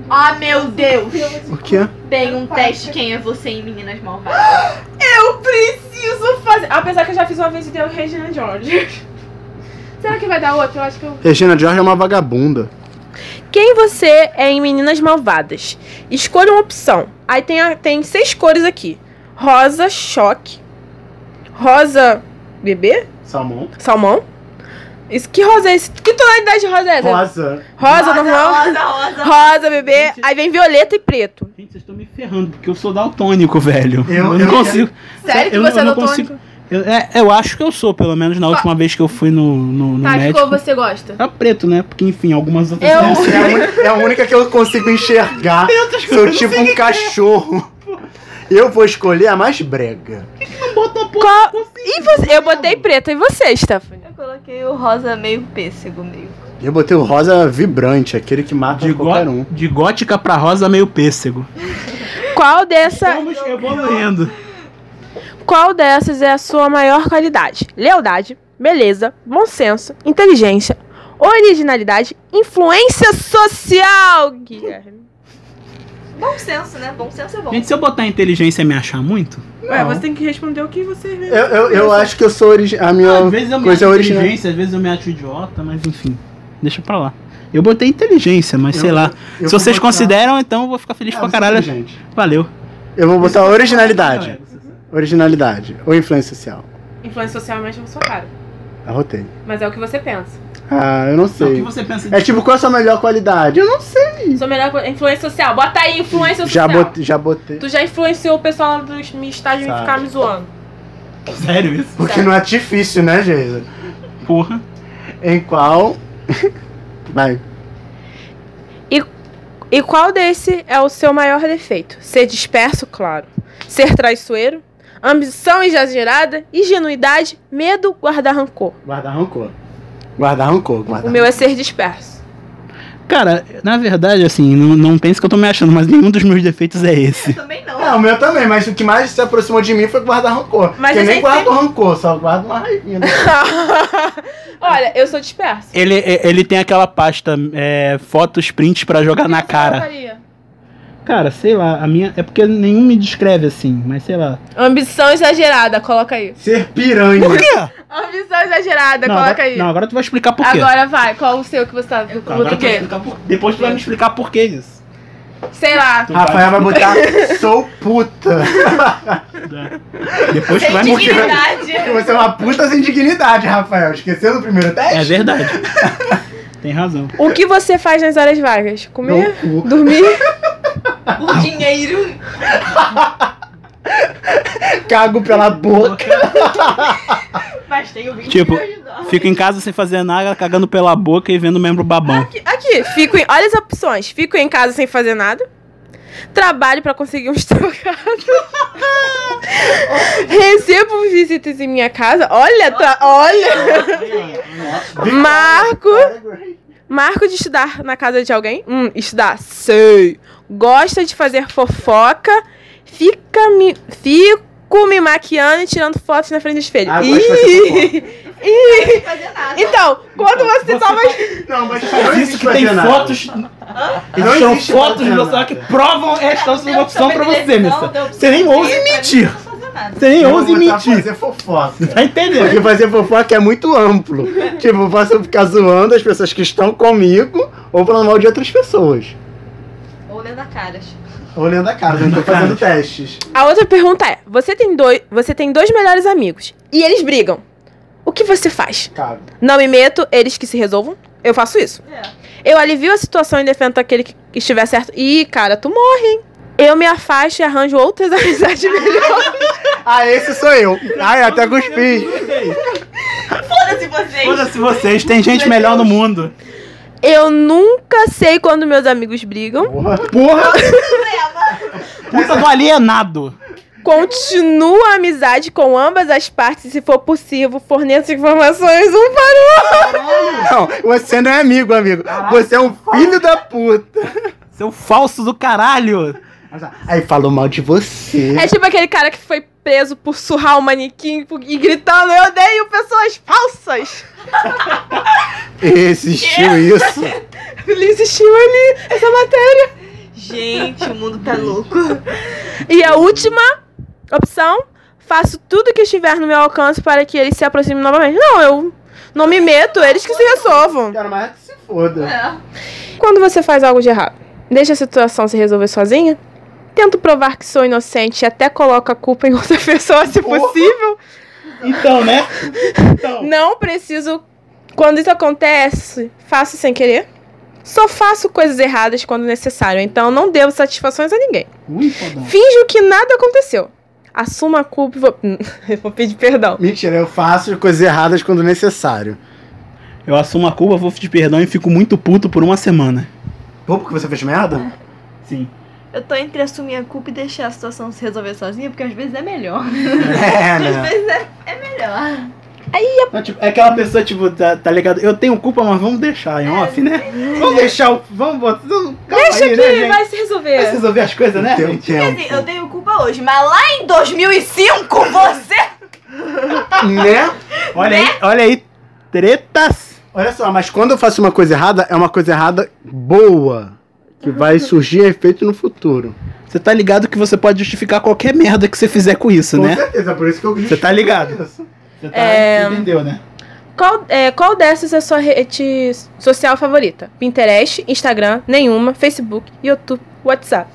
S8: Ah, meu Deus!
S5: O quê?
S8: Tem um teste quem é você em Meninas Malvadas.
S2: Eu preciso fazer. Apesar que eu já fiz uma vez e deu um Regina George. Será que vai dar outra? Eu acho que eu
S5: Regina George é uma vagabunda.
S2: Quem você é em Meninas Malvadas? Escolha uma opção. Aí tem, a- tem seis cores aqui: rosa, choque, rosa, bebê,
S5: Salmão?
S2: salmão. Isso, que rosa é esse? Que tonalidade de rosa é essa? Rosa,
S5: Rosa.
S2: normal, rosa,
S8: Rosa, rosa.
S2: bebê.
S3: Gente.
S2: Aí vem violeta e preto.
S3: Gente, vocês estão me ferrando, porque eu sou daltônico, velho.
S5: Eu-
S3: não
S5: eu-
S3: consigo.
S2: Sério que
S3: eu,
S2: você
S3: eu
S2: é
S3: não
S2: daltônico?
S3: consigo. Eu, é, eu acho que eu sou, pelo menos na última vez que eu fui no, no, no
S2: Tá, que
S3: médico.
S2: cor você gosta?
S3: Tá preto, né? Porque, enfim, algumas outras...
S2: Eu-
S5: [laughs] É a, uni- é a única que eu consigo
S3: [laughs]
S5: enxergar. Sou tipo um cachorro. Eu vou escolher a mais brega.
S2: Qual- E você- Eu botei preta. E você, Stephanie?
S8: Eu coloquei o rosa meio pêssego, meio.
S5: Eu botei o rosa vibrante, aquele que mata
S3: De,
S5: qualquer
S3: gó-
S5: um.
S3: de gótica pra rosa, meio pêssego.
S2: Qual dessa
S3: Estamos evoluindo.
S2: Qual dessas é a sua maior qualidade? Lealdade, beleza, bom senso, inteligência, originalidade, influência social, Guilherme.
S8: Bom senso, né? Bom senso é bom.
S3: Gente, se eu botar inteligência e me achar muito...
S2: Ué, você tem que responder o que você vê.
S5: Eu, eu, eu acho que eu sou origi- a minha
S3: Ah, Às vezes eu me
S5: coisa
S3: acho
S5: original.
S3: inteligência, às vezes eu me acho idiota, mas enfim. deixa pra lá. Eu botei inteligência, mas sei lá. Se vocês consideram, então eu vou ficar feliz pra caralho.
S5: Ah, gente.
S3: Valeu.
S5: Eu vou botar
S3: é,
S5: originalidade.
S3: né?
S5: Originalidade. Ou influência social.
S2: Influência social é mais na sua cara.
S5: Arrotei.
S2: Mas é o que você pensa.
S5: Ah, eu
S3: Não,
S5: não
S3: o que
S5: sei.
S3: você pensa
S5: É tipo, qual é a sua melhor qualidade? Eu não sei.
S2: Sua melhor co- influência social. Bota aí influência
S5: Já
S2: social.
S5: botei. Já botei.
S2: Tu já influenciou o pessoal lá do meu estágio em
S5: Sabe.
S2: ficar me zoando.
S3: de sério isso?
S5: Porque não é difícil, né, Geisa?
S3: Porra.
S5: Em qual. [laughs] Vai.
S2: E qual desse é o seu maior defeito? Ser disperso, claro. Ser traiçoeiro, ambição exagerada, ingenuidade, medo, guardar rancor.
S5: Guardar rancor. Guardar rancor. Guardar
S2: O meu é ser [laughs] disperso.
S3: Cara, na verdade, assim, não, não pense que eu tô me achando, mas nenhum dos meus defeitos é esse.
S8: Também não.
S5: É, o meu também, mas o que mais se aproximou de mim foi guardar rancor.
S2: Mas
S5: Porque
S2: a
S5: eu nem
S2: gente
S5: guardo rancor, só guardo uma raivinha. né?
S2: Olha, eu sou disperso.
S3: Ele, é- ele tem aquela pasta, é, fotos, prints pra jogar na cara. Cara, sei lá, a minha. É porque nenhum me descreve assim, mas sei lá.
S2: Ambição exagerada, coloca aí.
S5: [laughs] Ser piranha.
S3: Por quê?
S2: Ambição exagerada,
S3: não,
S2: coloca
S3: agora,
S2: aí.
S3: não, agora tu vai explicar por quê.
S2: Agora vai, qual o seu que você tá. o
S3: Não, agora tu vai
S2: quê?
S3: explicar por- Depois tu vai me explicar por que isso.
S2: Sei lá.
S3: Tu
S5: Rafael
S2: [laughs]
S5: vai botar sou puta. É.
S3: Depois tu vai me explicar.
S8: Dignidade.
S5: Porque você é uma puta sem dignidade, Rafael. Esqueceu do primeiro
S3: É
S5: teste?
S3: verdade. [laughs] Tem razão.
S2: O que você faz nas horas vagas? Comer?
S5: Não, cu.
S2: Dormir?
S8: Por dinheiro.
S5: Cago pela boca.
S8: Mas tem o 20
S3: Tipo,
S8: milhões de dólares.
S3: Fico em casa sem fazer nada, cagando pela boca e vendo membro babão.
S2: [laughs] Aqui, aqui, fico em. Olha as opções. Fico em casa sem fazer nada. Trabalho pra conseguir um uns
S3: [laughs]
S2: trocados. Recebo visitas em minha casa. Olha, tra- olha. Marco. Marco de estudar na casa de alguém. Hum, estudar. Sei. Gosta de fazer fofoca. Fica me. Fico me maquiando e tirando fotos na frente do espelho.
S5: Ah, gosto de fazer
S2: Ih! Ih!
S8: Não fazer nada.
S2: Então, quando você,
S3: você
S5: tá
S2: tava.
S5: [laughs] Não, mas
S3: Mas
S5: não
S3: isso
S5: existe
S3: que tem
S5: fazer nada.
S3: fotos.
S5: Não
S3: São
S5: existe
S3: fotos
S5: fazer
S3: do
S5: nada.
S3: celular que provam esta sua é opção pra você, Missa. Você nem
S8: ouve
S3: ouse
S4: né?
S3: mentir. Você nem
S5: Eu
S3: ouse
S5: vou botar
S3: mentir.
S5: fazer fofoca.
S3: Tá entendendo?
S5: Porque fazer fofoca é muito amplo. tipo, eu posso ficar zoando as pessoas que estão comigo ou falando mal de outras pessoas.
S8: Ou lendo a caras.
S5: Olhando a cara, não tô fazendo testes.
S2: A outra pergunta é: você tem, dois, você tem dois melhores amigos e eles brigam. O que você faz?
S5: Cago.
S2: Não me meto, eles que se resolvam. Eu faço isso.
S8: É.
S2: Eu alivio a situação e defendo aquele que estiver certo. Ih, cara, tu morre, hein? Eu me afasto e arranjo outras [laughs] amizades melhores.
S5: Ah, esse sou eu. Ai, até cuspi.
S8: Foda-se vocês.
S3: Foda-se vocês, tem gente melhor no mundo.
S2: Eu nunca sei quando meus amigos brigam.
S3: Porra! Puta do alienado.
S2: Continuo a amizade com ambas as partes e, se for possível, forneço informações um para
S5: Não, você não é amigo, amigo. Você é um filho da puta.
S3: Seu falso do caralho.
S5: Aí falou mal de você.
S2: É tipo aquele cara que foi preso por surrar o manequim e gritando: Eu odeio pessoas falsas!
S5: Existiu isso.
S2: Ele existiu ali, essa matéria.
S8: Gente, o mundo tá louco.
S2: E a última opção: faço tudo que estiver no meu alcance para que eles se aproximem novamente. Não, eu não me meto, eles que se resolvam.
S5: Cara, mas se foda.
S8: É.
S2: Quando você faz algo de errado, deixa a situação se resolver sozinha? Tento provar que sou inocente e até coloco a culpa em outra [laughs] pessoa, se
S5: Porra.
S2: possível.
S3: Então, né? Então.
S2: Não preciso. Quando isso acontece, faço sem querer. Só faço coisas erradas quando necessário, então não devo satisfações a ninguém.
S3: Ui, fodão.
S2: Finjo que nada aconteceu. Assuma a culpa e vou, [laughs] eu vou pedir perdão.
S5: Mentira, eu faço coisas erradas quando necessário.
S3: Eu assumo a culpa, vou pedir perdão e fico muito puto por uma semana.
S5: Pô, porque você fez merda?
S3: Sim.
S8: Eu tô entre assumir a culpa e deixar a situação se resolver sozinha, porque às vezes é melhor.
S5: É,
S8: Às
S5: né?
S8: vezes é, é melhor.
S3: Não, tipo, é aquela pessoa, tipo, tá, tá ligado? Eu tenho culpa, mas vamos deixar em off, né? Vamos deixar o. Vamos botar. não, Calma Deixa aí, né, gente?
S2: Vai se resolver.
S3: Vai resolver as coisas, né?
S5: Tem um
S3: gente?
S4: assim,
S8: Quer dizer, eu
S5: tempo.
S8: tenho culpa hoje, mas lá em 2005 você.
S5: Né?
S3: Olha aí, olha aí. Tretas.
S5: Olha só, mas quando eu faço uma coisa errada, é uma coisa errada boa. Que vai surgir efeito no futuro.
S3: Você tá ligado que você pode justificar qualquer merda que você fizer com isso, né?
S5: certeza, por isso que eu
S3: Você tá ligado?
S5: isso.
S3: Você tá,
S2: É.
S3: Entendeu, né?
S2: Qual, é, qual dessas é a sua rede social favorita? Pinterest, Instagram, nenhuma, Facebook, YouTube, WhatsApp.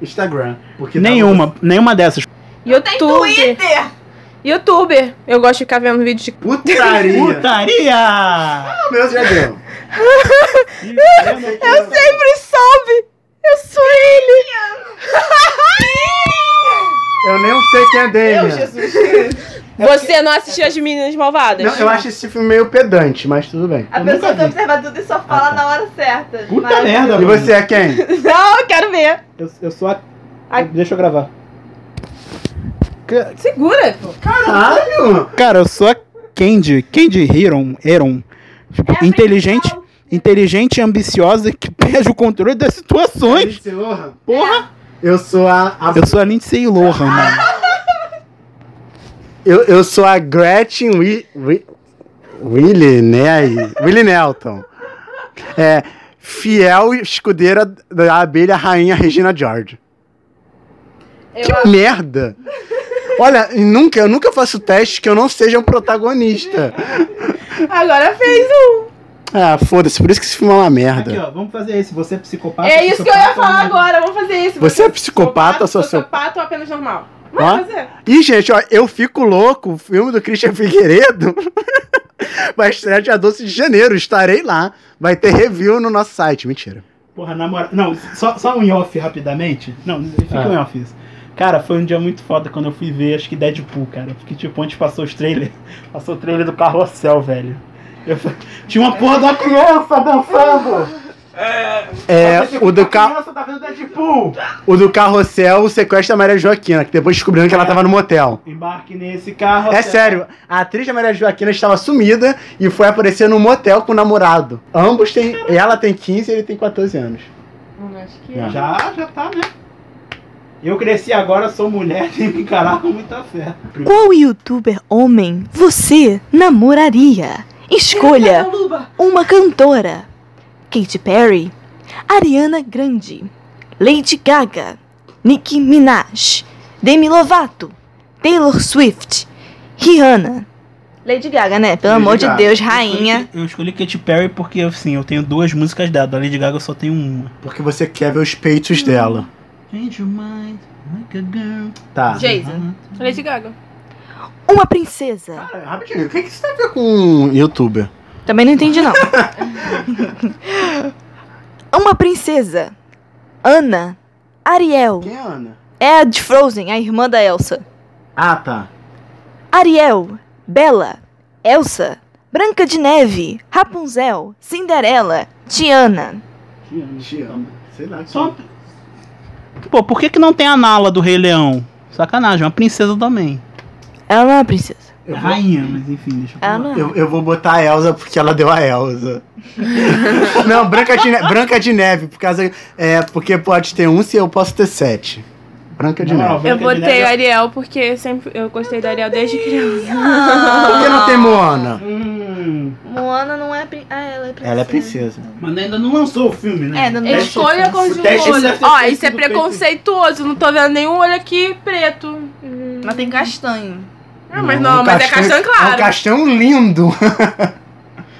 S5: Instagram. Porque tava-
S3: Nenhuma, nenhuma dessas.
S8: Eu
S4: Tá
S8: tenho
S2: YouTube.
S8: Twitter!
S2: YouTube. Eu gosto de ficar vendo vídeo de.
S3: [laughs]
S5: Putaria. [laughs]
S3: Putaria!
S5: O meu já deu.
S3: Eu sei!
S2: Sempre soube! Eu sou ele!
S5: Eu nem sei quem é
S8: Eu,
S5: Damien.
S8: Jesus!
S2: Você não assistiu as meninas malvadas?
S5: Não, eu acho esse filme meio pedante, mas tudo bem.
S8: A
S3: Eu nunca
S8: pessoa
S3: vi. Ah, tá.
S8: que observa tudo e só fala na hora certa.
S3: Puta
S8: Mas-
S3: merda,
S5: E
S3: mano.
S5: você é quem?
S2: [laughs] Não, eu quero ver.
S3: Eu, eu sou a...
S2: A-
S3: Deixa eu gravar.
S2: Segura! pô.
S5: Caralho!
S3: Cara, eu sou a Candy. Candy Heron. Heron.
S2: É
S3: Tipo, inteligente, inteligente e ambiciosa que perde o controle das situações.
S5: Lindsay Lohan.
S3: Porra!
S5: Eu sou a. a-
S3: Eu sou a Lindsay Lohan, mano.
S5: eu, eu sou a Gretchen Wi, Wi, Willie, né? Willie Nelton. É. Fiel escudeira da abelha rainha Regina George. Que merda! Olha, e nunca, eu nunca faço teste que eu não seja um protagonista.
S2: Agora fez um.
S5: Ah, foda-se, por isso que esse filme é uma merda.
S3: ó, vamos fazer esse. Você um é psicopata. né?
S2: é isso que eu ia falar agora, vamos fazer isso.
S5: Você é psicopata,
S2: sou
S5: sou seu-
S2: psicopata ou apenas normal?
S5: Ó.
S2: Vamos fazer.
S5: Ih, gente, ó, Eu Fico Louco, o filme do Christian Figueiredo, [laughs] vai estrear dia 12 de janeiro, estarei lá. Vai ter review no nosso site, mentira.
S3: Porra, na moral. Não, só, só um em off rapidamente. Não, fica
S5: Ah.
S3: um em off isso. Cara, foi um dia muito foda quando eu fui ver, acho que Deadpool, cara. Porque, tipo, antes passou os trailers. [laughs] Passou o trailer do Carrossel, velho. Eu fa- tinha uma porra da criança dançando!
S5: É, o do,
S3: A
S5: ca...
S3: criança tá vendo Deadpool!
S5: o do Carrossel, o sequestro da Maria Joaquina, que depois descobriram que
S3: É.
S5: ela tava no motel.
S3: Embarque nesse carro.
S5: É sério, a atriz da Maria Joaquina estava sumida e foi aparecer no motel com o namorado. Ambos têm. Ela tem 15 e ele tem 14 anos.
S2: Hum,
S3: Já, já tá, né? Eu cresci agora, sou mulher, [laughs] tenho que encarar com muita fé.
S4: Qual youtuber homem você namoraria? Escolha
S2: Tá
S4: uma cantora: Katy Perry, Ariana Grande, Lady Gaga, Nicki Minaj, Demi Lovato, Taylor Swift, Rihanna.
S8: Lady Gaga, né? Pelo
S5: Lady
S8: amor
S5: Gaga.
S8: de Deus, rainha.
S3: Eu escolhi Katy Perry porque, assim, eu tenho duas músicas dela. Da Lady Gaga eu só tenho uma.
S5: Porque você quer ver os
S3: Hum.
S5: peitos dela.
S3: Change your mind, like a girl.
S5: Tá.
S8: Jason.
S2: Lady Gaga.
S4: Uma princesa.
S5: Cara, rapidinho, o que, que isso tem a ver com um youtuber?
S4: Também não entendi, não. [laughs] uma princesa. Ana. Ariel.
S5: Quem é Ana?
S4: É a de Frozen, a irmã da Elsa.
S5: Ah, tá.
S4: Ariel, Bela, Elsa, Branca de Neve, Rapunzel, Cinderela, Tiana.
S5: Te amo. Sei lá.
S3: Só. Pô, por que, que não tem a Nala do Rei Leão? Sacanagem, é uma princesa também.
S4: Ela não é uma princesa.
S5: Eu vou,
S3: Rainha, mas enfim, deixa eu
S4: Ela
S3: falar.
S4: não é.
S5: eu,
S8: [laughs]
S5: eu vou botar a Elsa porque ela deu a
S2: [laughs]
S5: Elsa. Não, Branca de, Ne- Branca de Neve, por causa. É, porque pode ter um se eu posso ter sete. Branca de Neve.
S3: é
S2: Eu
S8: é-
S2: botei o Ariel porque sempre eu gostei do Ariel desde criança.
S5: Por que não
S2: Ah.
S5: tem Moana?
S3: Hum,
S8: Moana não é. prin- Ah, ela é princesa.
S5: Ela é princesa.
S3: mas ainda não lançou o filme, né?
S8: É, ainda não lançou.
S2: Escolha a cor de um
S3: Teste
S2: olho.
S3: deve ter
S2: Ó,
S3: feito
S2: isso é
S3: do peito.
S2: preconceituoso. Não tô vendo nenhum olho aqui preto. Hum.
S8: Ela tem castanho.
S2: Não, mas não, mas é castanho
S5: É um
S2: claro.
S5: castanho lindo.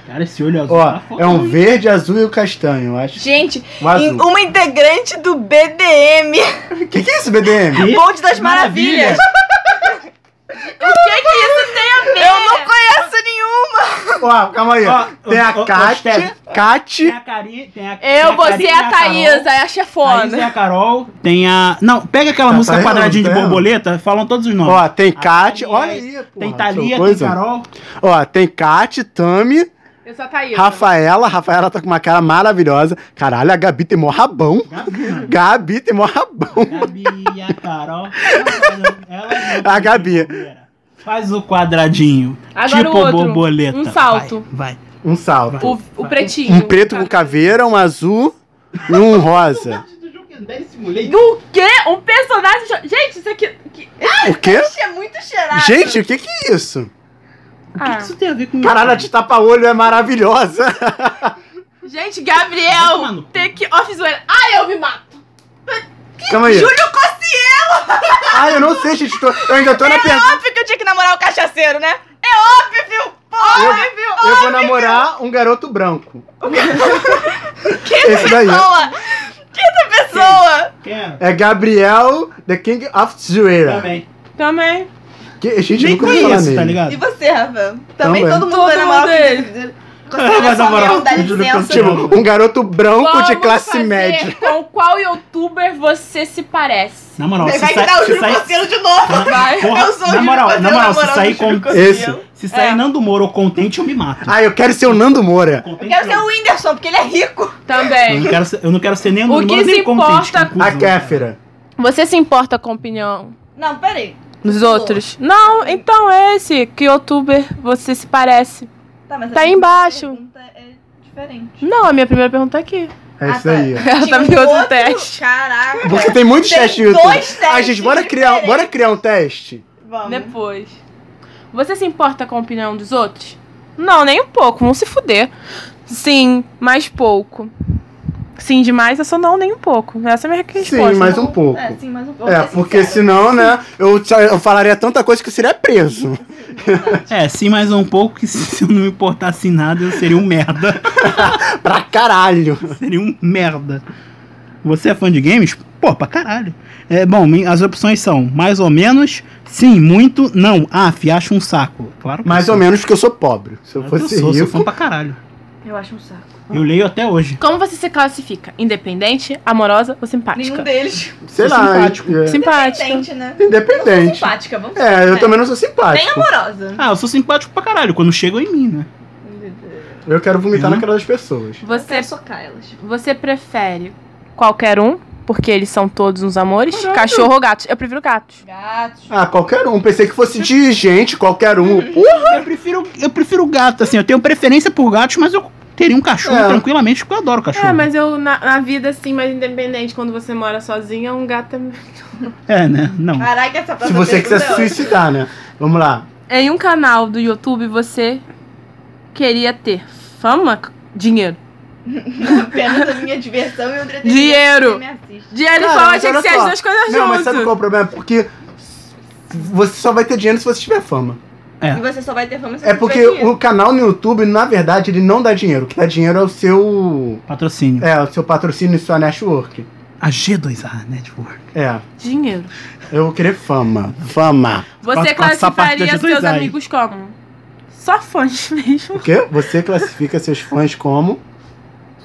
S3: Cara, esse olho azul. tá
S5: Ó,
S3: foda,
S5: é um
S3: hein?
S5: verde, azul e o castanho, eu acho.
S8: Gente,
S5: Um azul.
S4: Uma integrante do BDM,
S5: O que, que é isso, BDM?
S3: Que
S4: Bonde das Maravilhas. Eu não conheço nenhum.
S5: Ó, calma aí. ó.
S3: Ó,
S5: tem
S3: ó,
S5: a
S3: ó,
S5: Kátia.
S3: Steve.
S5: Kátia.
S3: Tem a Cari, tem a
S2: Eu, você
S3: tem
S2: é a Thaís,
S3: Carol,
S2: é a
S3: Thaís é
S2: chefona.
S3: a Carol, tem a... Não, pega aquela
S5: Tá
S3: música
S5: saindo,
S3: quadradinho
S5: tá
S3: de
S5: saindo.
S3: borboleta, falam todos os nomes.
S5: Ó, tem
S3: A
S5: Kátia.
S3: Thaís,
S5: Olha aí, porra.
S3: tem Thalia, tem
S5: coisa.
S3: Carol.
S5: Ó, tem Kátia, Tami,
S2: Eu sou a Thaís.
S5: Rafaela. Rafaela tá com uma cara maravilhosa. Caralho, a Gabi tem mó rabão.
S3: Gabi, mano.
S5: Gabi tem mó rabão.
S3: Gabi, a Carol. Ela é
S5: [laughs] A Gabi.
S3: Faz o quadradinho.
S2: Agora
S3: tipo
S2: o outro.
S3: borboleta.
S2: Um salto.
S3: Vai. vai.
S5: Um salto.
S2: O, o pretinho.
S5: Um preto com caveira, um azul e um rosa.
S2: Do quê? Um personagem. cho- Gente, isso aqui. que-
S5: O quê?
S8: Isso é muito cheirado.
S5: Gente, o que que é isso?
S3: O que,
S2: Ah.
S3: que isso tem a ver com
S5: Caralho, a de tapa-olho é maravilhosa.
S2: Gente,
S3: Vai tomar no
S2: Gabriel,
S3: cu.
S2: tem que. Off zoeira. Ai, eu me mato.
S5: Calma aí. Júlio Cossielo! Ah, eu não sei, gente. tô- eu ainda tô na pergunta.
S4: Óbvio que eu tinha que namorar o cachaceiro, né? É óbvio, viu? Porra!
S5: Eu, eu vou namorar um garoto branco. Esse daí.
S4: Pessoa! Quinta pessoa!
S3: Quem?
S5: É Gabriel, The King of Zueira.
S3: Também.
S2: Também.
S5: Que, a gente
S3: Nem
S5: nunca ouviu falar
S3: conheço,
S5: nele.
S3: tá
S8: E
S3: ligado?
S8: você, Rafa? Também,
S5: Também.
S8: todo mundo
S2: Todo
S8: vai namorar
S2: mundo
S8: o que- Consegue
S3: Vai
S8: só
S3: namorar
S8: mesmo, dá
S3: o Júlio
S8: licença.
S3: Cantinho.
S5: Tipo, um garoto branco de
S9: Vamos
S5: classe
S9: fazer
S5: média.
S9: Com qual youtuber você se parece?
S3: Na moral,
S8: Vai
S3: se
S8: virar o
S3: sai. Se
S8: Júlio
S3: sai
S8: Cosselo de novo.
S3: na, porra,
S8: Eu sou
S3: na
S8: o Júlio
S3: moral, na
S8: Cosselo
S3: moral, se
S8: namorando
S3: sair
S8: o Júlio
S3: com.
S5: Esse.
S3: Se sair Nando Moro ou contente, eu me mato.
S5: Ah, eu quero ser o Nando Moura.
S8: É. Eu quero ser o Whindersson, porque ele é rico.
S3: Eu
S2: Também.
S3: não quero ser, eu não quero ser nem
S2: O
S3: Nando
S2: que
S3: Moura
S2: se
S3: nem contente.
S2: importa-
S5: A
S3: cuzão.
S5: Kéfera.
S2: Você se importa com a opinião
S8: Não, peraí.
S2: dos outros? Não, então é esse. Que youtuber você se parece?
S8: Tá, mas a
S2: Tá aí
S8: minha
S2: embaixo.
S8: pergunta é diferente. [laughs]
S2: Não, a minha primeira pergunta é aqui.
S5: É
S8: Ah,
S5: isso
S8: tá.
S5: aí. ó.
S2: Ela tá me
S8: Tinha um
S2: dando
S8: outro-
S2: teste.
S8: Caraca.
S5: Porque tem muitos
S8: Tem
S5: testes de YouTube.
S8: dois testes Né?
S5: Ah, gente, bora criar,
S8: diferentes.
S5: bora criar um teste?
S8: Vamos.
S2: Depois. Você se importa com a opinião dos outros? Não, nem um pouco. Vão se fuder. Sim, mais pouco. Sim, demais, eu sou não, nem um pouco. Essa é a minha resposta.
S5: Sim, mais um pouco.
S8: É, sim, mas um pouco.
S5: É, porque senão, né, eu, só- eu falaria tanta coisa que eu seria preso. [laughs]
S3: É, sim, mais um pouco, que se eu não me importasse em nada, eu seria um merda.
S5: Pra caralho.
S3: [laughs] seria um merda. Você é fã de games? Pô, pra caralho. É, bom, mi- as opções são mais ou menos, sim, muito, não. Ah, acho um saco. Claro que
S5: Mais
S3: eu
S5: ou
S3: sou.
S5: menos porque eu sou pobre. Se eu
S3: Claro que
S5: fosse
S3: eu sou, sou fã
S5: rico.
S3: pra caralho.
S8: Eu acho um saco.
S3: Eu leio até hoje.
S2: Como você se classifica? Independente, amorosa ou simpática? [laughs]
S8: Nenhum deles.
S5: Sei
S3: sou
S5: lá.
S3: simpático.
S5: é.
S2: Simpática.
S8: Independente, né?
S5: Independente.
S8: Simpática, vamos
S5: É, eu
S8: É.
S5: também não sou
S8: Bem
S5: simpático.
S8: amorosa.
S3: Ah, eu sou simpático pra caralho, quando chegam em mim, né?
S8: um-
S5: Eu quero vomitar
S3: Hum.
S5: na cara das pessoas.
S2: Você,
S8: Quero socar elas.
S2: você prefere qualquer um? Porque eles são todos uns amores. Cachorro ou gatos? Eu prefiro gatos.
S8: Gatos.
S5: Ah, qualquer um. Pensei que fosse de gente, qualquer
S8: [laughs]
S5: um. Pô,
S3: Eu prefiro, eu prefiro gato, assim, eu tenho preferência por gatos, mas eu teria um cachorro
S5: É.
S3: tranquilamente, porque eu adoro cachorro.
S2: É, mas eu, na, na vida, assim, mais independente, quando você mora sozinha, um gato é
S3: É, né? Não.
S8: Caraca, essa [laughs]
S5: Se
S8: próxima
S5: você quiser se
S8: pergunta é ótima.
S5: suicidar, né? Vamos lá.
S2: Em um canal do YouTube você queria ter fama? Dinheiro.
S8: Apenas a é minha diversão e o entretenimento.
S2: Dinheiro.
S8: Você me assiste.
S2: Dinheiro
S5: Cara,
S2: e fama
S5: mas
S2: tinha que
S5: olha
S2: ser as
S5: só.
S2: duas
S8: Tá
S2: coisas
S5: Não, mas sabe
S2: juntas.
S5: qual é o problema? É Porque você só vai ter dinheiro se você tiver fama.
S8: E você só vai ter fama se
S5: É
S8: você
S5: porque
S8: tiver dinheiro.
S5: o canal no YouTube, na verdade, ele não dá dinheiro. O que dá dinheiro é o seu.
S3: Patrocínio.
S5: É, o seu patrocínio e sua network.
S3: A G2A Network.
S5: É.
S2: Dinheiro.
S5: Eu vou querer fama. Fama.
S2: Você
S3: Passa- passa a parte
S2: classificaria seus
S3: das duas aí.
S2: amigos como? Só fãs mesmo.
S5: O quê? Você classifica seus fãs como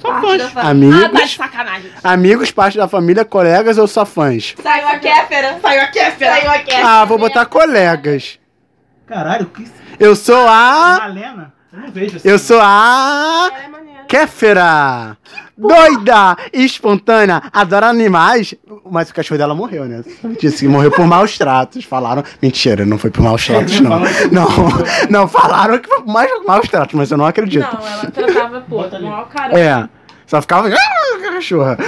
S3: Só
S8: Parte da
S3: fãs.
S8: fama.
S2: Ah, tá de
S5: amigos,
S2: sacanagem.
S5: amigos, parte da família, colegas ou só fãs?
S8: Saiu a Kéfera. Saiu a Kéfera. Saiu a Kéfera.
S5: Ah, vou botar colegas.
S3: Caralho, que.
S5: Eu sou a.
S3: Malena? Eu não vejo assim.
S5: Ah. Eu sou a.
S2: Ela é maneira.
S5: Kéfera! Doida! Espontânea! Adora animais! Mas o cachorro dela morreu, né? Disse que morreu por maus tratos. Falaram. Mentira, não foi por maus tratos, não.
S8: [laughs]
S5: Não, não, falaram que foi por mais maus tratos, mas eu não acredito.
S2: Não, ela tratava, pô,
S3: Bota ali.
S2: mal cara.
S5: É. Só ficava. "Ah, Cachorra!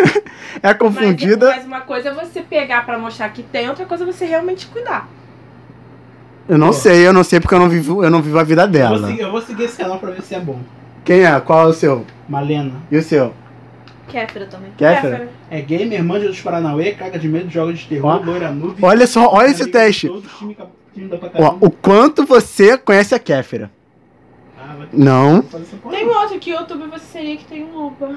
S5: [laughs] É confundida.
S2: Mas uma coisa é você pegar pra mostrar que tem, outra coisa é você realmente cuidar.
S5: Eu não sei, eu não sei porque eu não vivo, eu não vivo a vida
S3: Eu vou,
S5: dela.
S3: seguir, eu vou seguir esse canal pra ver se é bom.
S5: Quem é? Qual é o seu?
S3: Malena.
S5: E o seu?
S8: Kéfera também.
S5: Kéfera?
S3: É gamer, manja dos Paranauê, caga de medo, joga de terror,
S5: Ó,
S3: loira noob.
S5: Olha só, olha esse
S3: Amigo de
S5: teste.
S3: todos, time cap- time da pra
S5: Ó,
S3: caramba.
S5: o quanto você conhece a Kéfera?
S3: Ah, vai ter
S5: Não.
S3: que fazer essa porra.
S2: Tem um outro que YouTube você seria que tem um Luba.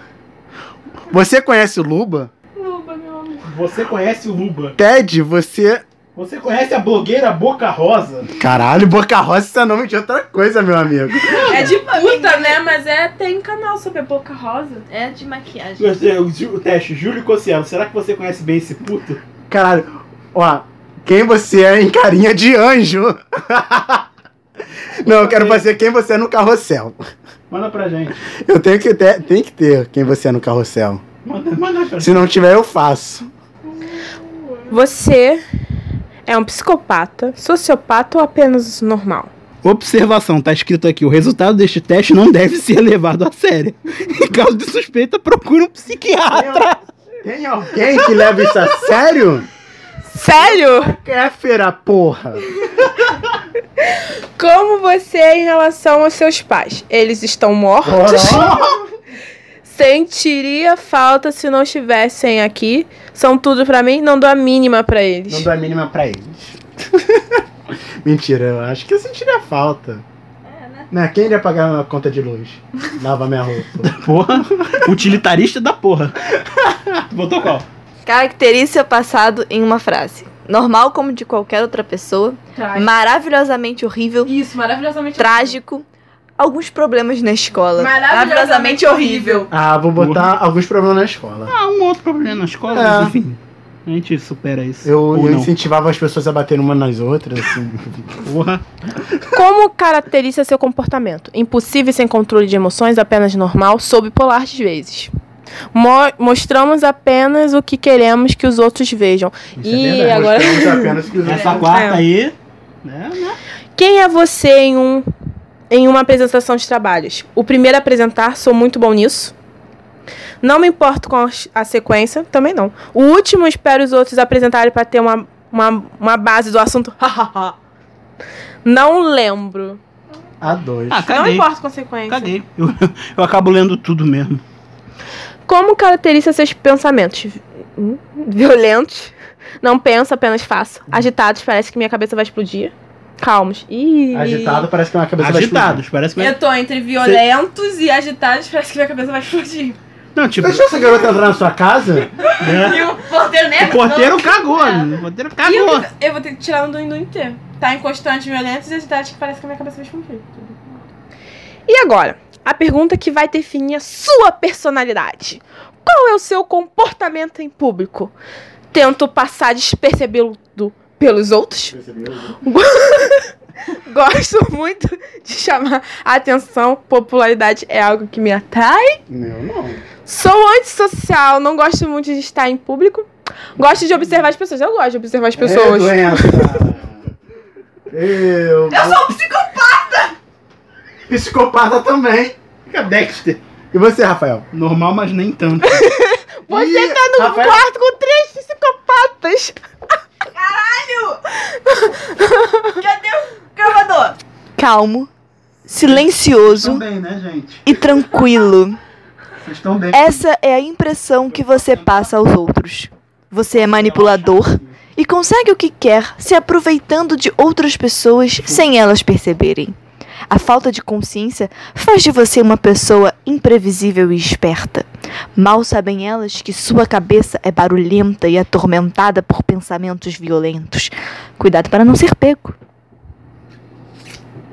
S5: Você conhece o Luba?
S2: Luba, meu amor.
S3: Você conhece o Luba?
S5: Ted, você.
S3: Você conhece a blogueira Boca Rosa?
S5: Caralho, Boca Rosa isso é nome de outra coisa, meu amigo.
S2: É de puta, né? Mas é, tem canal sobre a Boca Rosa.
S8: É de maquiagem.
S3: Gostei, o Ju- o teste, Júlio Cossielo, será que você conhece bem esse puto?
S5: Caralho, ó, quem você é em carinha de anjo? [laughs] Não, eu quero fazer quem você é no carrossel.
S3: Manda pra gente.
S5: Eu tenho que ter, tem que ter quem você é no carrossel.
S3: Manda, manda pra gente.
S5: Se não tiver, eu faço.
S2: Você é um psicopata, sociopata ou apenas normal?
S3: Observação, tá escrito aqui, o resultado deste teste não deve ser levado a sério. [laughs] Em caso de suspeita, procure um
S5: É.
S3: psiquiatra.
S5: Tem alguém que leva isso a
S3: [laughs]
S5: sério?
S2: Sério?
S5: Kéfera, porra!
S2: Como você é em relação aos seus pais? Eles estão mortos? Sentiria falta se não estivessem aqui? São tudo pra mim? Não dou a mínima pra eles.
S5: Não dou a [laughs] mínima pra eles. Mentira, eu acho que eu sentiria falta.
S8: É, né?
S5: Né? Quem iria pagar uma conta de
S8: [laughs]
S5: luz? Lava minha roupa.
S8: Porra. Utilitarista da porra. Tu botou qual?
S4: Caracterize seu passado em uma frase. Normal como de qualquer outra pessoa.
S3: Trágico.
S4: Maravilhosamente horrível.
S3: Isso, maravilhosamente.
S4: Trágico. Alguns problemas na escola.
S3: Maravilhosamente horrível.
S5: Ah, vou botar alguns problemas na escola.
S8: Ah, um outro problema na escola,
S5: É.
S8: mas enfim. A gente supera isso.
S5: Eu,
S8: Ou
S5: eu
S8: não.
S5: incentivava as pessoas a baterem umas nas outras,
S8: [laughs]
S5: assim.
S8: Porra.
S2: Como caracteriza seu comportamento? Impulsivo e sem controle de emoções, apenas normal, sob polar às vezes. Mo- mostramos apenas o que queremos que os outros vejam.
S8: Isso é
S2: Ih,
S8: verdade.
S2: agora.
S5: Mostramos apenas que os outros-
S8: Essa quarta aí. Né, né?
S2: Quem é você em um em uma apresentação de trabalhos? O primeiro a apresentar, sou muito bom nisso. Não me importo com as- a sequência, também não. O último, espero os outros apresentarem para ter uma, uma, uma base do assunto. [laughs] não lembro.
S5: A dois.
S8: Ah,
S2: Não
S8: caguei.
S2: importo com a sequência.
S8: Caguei. Eu, eu acabo lendo tudo mesmo.
S2: Como caracteriza seus pensamentos? Hum, Violentos. Não penso, apenas faço. Agitados, parece que minha cabeça vai explodir. Calmos. Ih.
S5: Agitado parece que é uma cabeça vai explodir.
S8: Agitados, parece que.
S3: Eu tô entre violentos e agitados, parece que minha cabeça vai explodir.
S8: Não, tipo.
S5: Deixou essa garota entrar na sua casa?
S8: né?
S3: E o porteiro nem É.
S8: O porteiro cagou. né? O porteiro
S3: E eu,
S8: cagou.
S3: eu vou ter que tirar um do hindu inteiro. Tá em constante violência e agitados que parece que minha cabeça vai explodir.
S2: E agora, a pergunta que vai definir a sua personalidade. Qual é o seu comportamento em público? Tento passar despercebido pelos outros? [laughs] Gosto muito de chamar a atenção. Popularidade é algo que me atrai.
S5: Meu, não.
S2: Sou antissocial, não gosto muito de estar em público. Gosto de observar as pessoas. Eu gosto de observar as pessoas.
S5: É
S8: [laughs]
S5: doença. Eu. Eu sou um psicopata! Psicopata também.
S8: Fica Dexter.
S5: E você, Rafael?
S8: Normal, mas nem
S10: [laughs]
S8: tanto.
S2: Você
S5: tá
S2: no
S5: Rafael,
S2: um quarto com três psicopatas.
S10: Gravador!
S4: Calmo. Silencioso
S8: bem, né, gente?
S4: e tranquilo.
S8: Vocês estão bem.
S4: Essa é a impressão que você passa aos outros. Você é manipulador e consegue o que quer se aproveitando de outras pessoas sem elas perceberem. A falta de consciência faz de você uma pessoa imprevisível e esperta. Mal sabem elas que sua cabeça é barulhenta e atormentada por pensamentos violentos. Cuidado para não ser pego.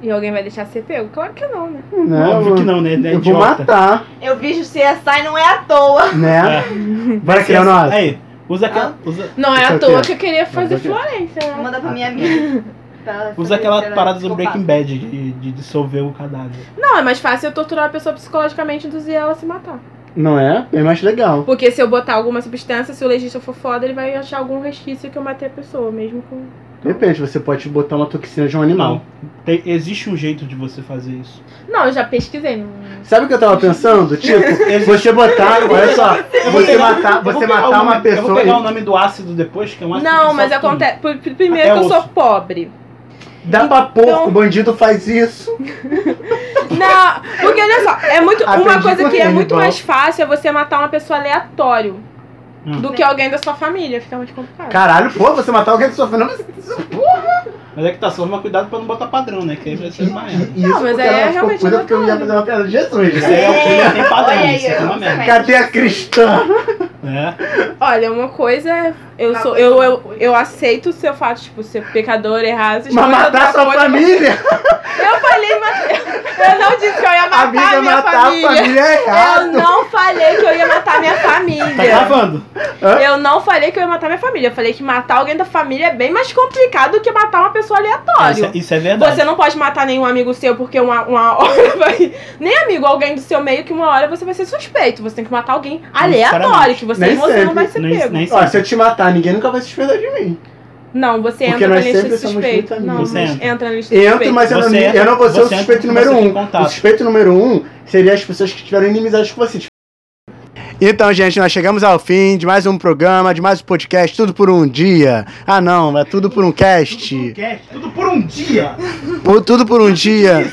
S2: E alguém vai deixar ser pego? Claro que não, né?
S5: Não,
S8: Óbvio que não, né? né
S5: É, Eu vou
S8: idiota.
S5: matar,
S10: Eu vejo CSI não é à toa.
S5: né? Bora criar nós.
S8: Aí, usa aquela. Usa...
S2: Não é
S5: Isso
S2: à
S5: aqui,
S2: toa
S5: ó.
S2: que eu queria fazer
S5: aqui, ó.
S2: Florência, né?
S10: Vou mandar pra minha amiga. Pra-
S8: Usa
S10: pra
S8: aquela
S10: ver se ela é
S8: parada do
S10: psicopata.
S8: Breaking Bad de, de dissolver o cadáver.
S2: Não, é mais fácil eu torturar a pessoa psicologicamente e induzir ela a se matar.
S5: Não é? Bem mais legal.
S2: Porque se eu botar alguma substância, se o legista for foda, ele vai achar algum resquício que eu matei a pessoa, mesmo com.
S5: De repente, você pode botar uma toxina de um animal.
S8: Tem- existe um jeito de você fazer isso.
S2: Não, eu já pesquisei. não-
S5: Sabe o que eu tava pensando?
S8: [laughs]
S5: Tipo,
S8: Existe-
S5: você botar, olha só, você matar,
S8: um Eu vou
S5: Ah, você
S8: pegar o
S5: matar uma
S8: nome- Eu vou pegar o
S5: pessoa.
S8: nome do ácido depois, que é um ácido
S2: Não,
S8: que
S2: mas
S8: dissolve
S2: acontece. pr- pr- Primeiro
S8: Até
S2: que eu sou
S8: osso.
S2: pobre.
S8: um
S5: Dá pra
S10: Então-
S5: porco, o bandido faz isso.
S2: Não, porque olha só, é muito.
S5: Aprendi
S2: Uma coisa
S5: com
S2: que é
S5: Hannibal.
S2: muito mais fácil é você matar uma pessoa aleatório
S8: Hum.
S2: do que alguém da sua família. Fica mais complicado.
S5: Caralho, pô, você tá matar alguém que sofreu. Não, mas isso,
S8: tudo. Mas é que tá só toma cuidado pra não botar padrão, né? Que aí vai ser
S5: [laughs]
S8: uma merda.
S5: isso
S2: mas
S5: porque
S2: aí
S5: ela
S2: é
S5: ficou
S2: realmente
S5: puta porque eu ia
S2: bacana.
S5: fazer uma piada de Jesus.
S8: Isso aí é
S5: né?
S8: um crime sem padrão,
S10: Olha
S8: isso aí
S10: aí,
S8: é uma
S10: ó,
S8: merda.
S5: Cadê a cristã?
S8: É.
S2: Olha, uma coisa é. Eu,
S10: Uma
S2: sou,
S10: coisa é
S2: eu,
S10: uma
S2: eu,
S10: coisa.
S2: eu aceito o seu fato, tipo, ser pecador, errar, essas
S5: Mas
S2: coisas,
S5: matar
S2: outra
S5: sua
S2: coisa-
S5: família?
S2: Eu falei, mas eu, eu não disse que eu ia
S5: A
S2: matar
S5: vida é
S2: minha
S5: matar
S2: família.
S5: a família é
S2: Eu
S5: errado.
S2: não falei que eu ia matar minha
S8: Tá
S2: família.
S8: gravando.
S2: Eu não falei que eu ia matar minha família. Eu falei que matar alguém da família é bem mais complicado do que matar uma pessoa
S8: Isso, é-
S2: aleatória.
S8: isso é verdade.
S2: Você não pode matar nenhum amigo seu porque uma, uma [laughs] hora vai. Nem amigo, alguém do seu meio que uma hora você vai ser suspeito. Você tem que matar alguém aleatório,
S8: necessariamente.
S2: que você,
S5: Nem
S2: você não
S5: sempre.
S2: vai ser
S8: Nem-
S2: pego.
S8: nem
S5: Ó,
S8: sempre.
S5: se eu te matar, ninguém nunca vai se esperar de mim.
S2: Não, você
S5: Porque
S2: entra na
S5: nós
S2: lista
S5: sempre
S2: de
S5: somos muito
S2: suspeito.
S5: amigos.
S2: Não,
S8: Você
S2: mas
S8: entra.
S2: entra na lista de
S5: Entro,
S2: suspeito.
S5: mas eu não,
S8: Você entra-
S5: eu não vou ser o
S8: você entra
S5: suspeito
S8: com
S5: número
S8: você em
S5: um.
S8: contato.
S5: O suspeito número um seria as pessoas que tiveram inimizades com você. Então, gente, nós chegamos ao fim de mais um programa, de mais um podcast, tudo por um dia. Ah, não, é tudo por um cast.
S8: Tudo por um dia.
S5: Por- tudo por um dia.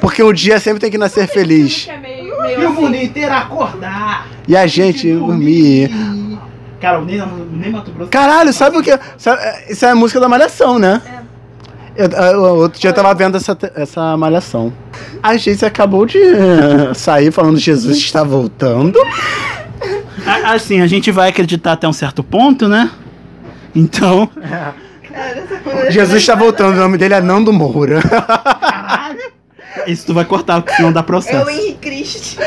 S5: Porque um dia sempre tem que nascer feliz.
S2: Que é meio, meio
S8: E o
S2: assim.
S8: mundo inteiro acordar.
S5: E a gente dormir.
S8: Cara, nem, nem Mato Grosso.
S5: é Caralho, sabe o que? sabe- Isso é a música da Malhação, né? Eu, eu, outro dia eu tava vendo essa, essa malhação. A gente acabou de [laughs] eh, sair falando Jesus está voltando.
S3: A- Assim, a gente vai acreditar até um certo ponto, né? Então.
S5: Jesus está voltando, o nome dele é Nando [laughs] Moura.
S3: Isso tu vai cortar, porque senão dá processo.
S5: É Cristo,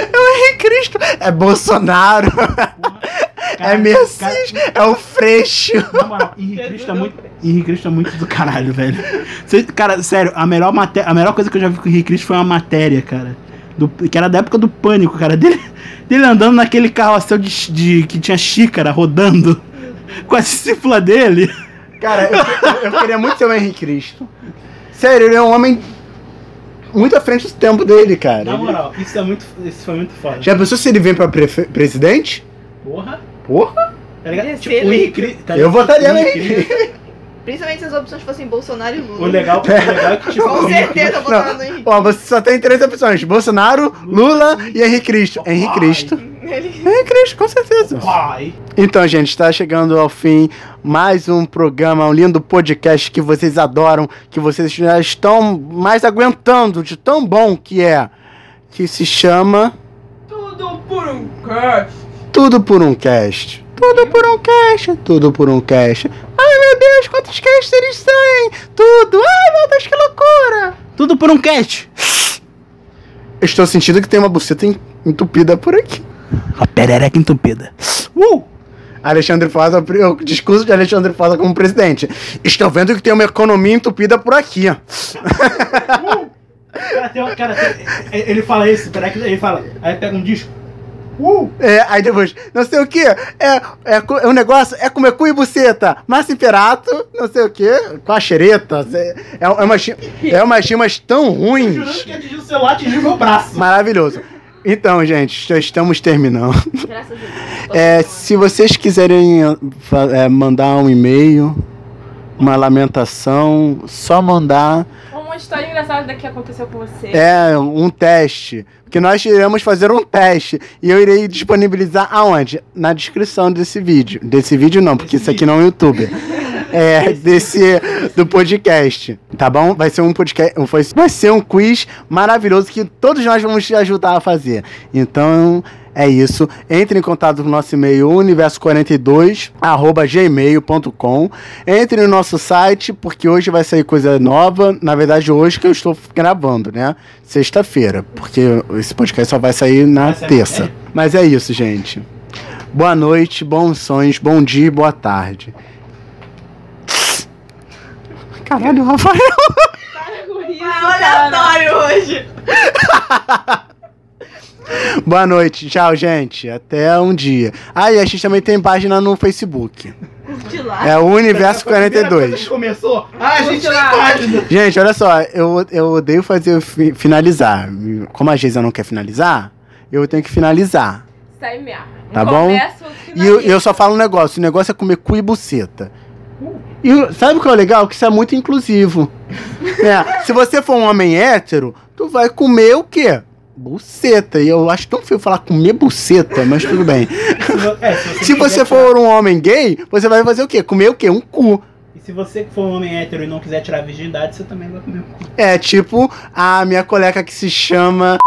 S5: é Bolsonaro, é Messias, é o Freixo.
S3: Na moral, [laughs] Henrique Cristo é muito. Henrique Cristo é muito do caralho, velho. Cê- cara, sério, a melhor, maté- a melhor coisa que eu já vi com o Henrique Cristo foi uma matéria, cara. do- que era da época do pânico, cara. Dele, [laughs] dele andando naquele carro assim de, chi- de- que tinha xícara rodando. Com a [laughs] discípula dele.
S5: Cara, eu, eu queria muito ser o Henrique Cristo. Sério, ele é um homem muito à frente do tempo dele, cara.
S3: Na moral, isso é muito. Isso foi muito foda.
S5: Já pensou se ele vem pra prefe- presidente?
S3: Porra.
S5: Porra?
S3: Tá ligado?
S9: Ia ser
S3: Tipo, o Henrique
S9: eleito.
S3: Cristo. tá
S5: Eu
S3: ligado?
S5: votaria
S3: O
S5: no
S3: Henrique
S5: Henrique.
S3: Cristo-
S8: Principalmente se as opções fossem Bolsonaro e Lula.
S3: O
S5: [laughs]
S3: legal, o legal é que, tipo, o
S8: Com
S3: Henrique-
S8: certeza eu vou
S5: Não.
S8: falar no Henrique.
S5: Ó, você só tem três opções: Bolsonaro, Lula e Henrique Cristo.
S3: Papai.
S5: Henrique Cristo.
S8: Ele-
S5: Henrique Cristo, com certeza.
S3: Vai.
S5: Então, gente, está chegando ao fim mais um programa, um lindo podcast que vocês adoram, que vocês já estão mais aguentando de tão bom que é, que se chama
S9: Tudo por um cast.
S5: Tudo por um Cast. Tudo por um cast, tudo por um cast. Ai meu Deus, quantos casts eles têm? Tudo! Ai meu Deus, que loucura!
S3: Tudo por um cat.
S5: Eu estou sentindo que tem uma buceta en- entupida por aqui.
S3: A perereca entupida. Uh!
S5: Alexandre Faz, o discurso de Alexandre Faz como presidente. Estou vendo que tem uma economia entupida por aqui.
S3: Cara, tem uma, cara tem- é, ele fala isso, perereca, ele fala. Aí pega um disco. Uh!
S5: É, aí depois, não sei o que, é, é, co- é um negócio, é comer cu e buceta, massa imperato, não sei o que, com a xereta, é, é, uma, chi- é umas chimas tão
S3: Jurando
S5: ruins,
S3: que atingiu o celular, atingiu meu braço.
S5: maravilhoso. Então, gente, já estamos terminando.
S8: Graças a Deus.
S5: É, se vocês quiserem fa- é, mandar um e-mail, uma lamentação, só mandar,
S9: Uma história engraçada que aconteceu com você.
S5: é, um teste, porque nós iremos fazer um teste, e eu irei disponibilizar aonde? Na descrição desse vídeo, desse vídeo não, porque isso aqui não é um [laughs] YouTube. é, desse do podcast, tá bom? Vai ser um podcast, um- foi- vai ser um quiz maravilhoso que todos nós vamos te ajudar a fazer. Então é isso. Entre em contato com o nosso e-mail universo42@gmail.com. Entre no nosso site porque hoje vai sair coisa nova. Na verdade hoje que eu estou gravando, né? Sexta-feira, porque esse podcast só vai sair na
S3: Vai sair
S5: terça.
S3: amanhã?
S5: Mas é isso, gente. Boa noite, bons sonhos, bom dia e boa tarde. Caralho, Rafael.
S2: É um
S8: Aleatório hoje.
S5: Boa noite, tchau, gente. Até um dia. Ah, e a gente também tem página no Facebook.
S8: De lá.
S5: É o Universo
S3: Foi a primeira coisa que
S5: 42.
S3: Começou. Ah, a gente tem
S9: lá.
S3: página.
S5: Gente, olha só, eu, eu odeio fazer fi- finalizar. Como a Geisa não quer finalizar, eu tenho que finalizar.
S9: Sai merda.
S5: Tá
S9: Um
S5: bom?
S9: começa, outro
S5: E eu,
S9: finaliza.
S5: eu só falo um negócio: o negócio é comer cu e buceta. E o- sabe o que é o legal? Que isso é muito inclusivo. Né? se você for um homem hétero, tu vai comer o quê? Buceta. E eu acho tão feio falar comer buceta, mas tudo bem.
S3: É, [laughs] se você,
S5: Se
S3: quiser
S5: você for um homem gay, você vai fazer o quê? Comer o quê? Um cu.
S3: tirar- E se você for um homem hétero e não quiser tirar a virgindade, você também vai comer um cu.
S5: É tipo a minha colega que se chama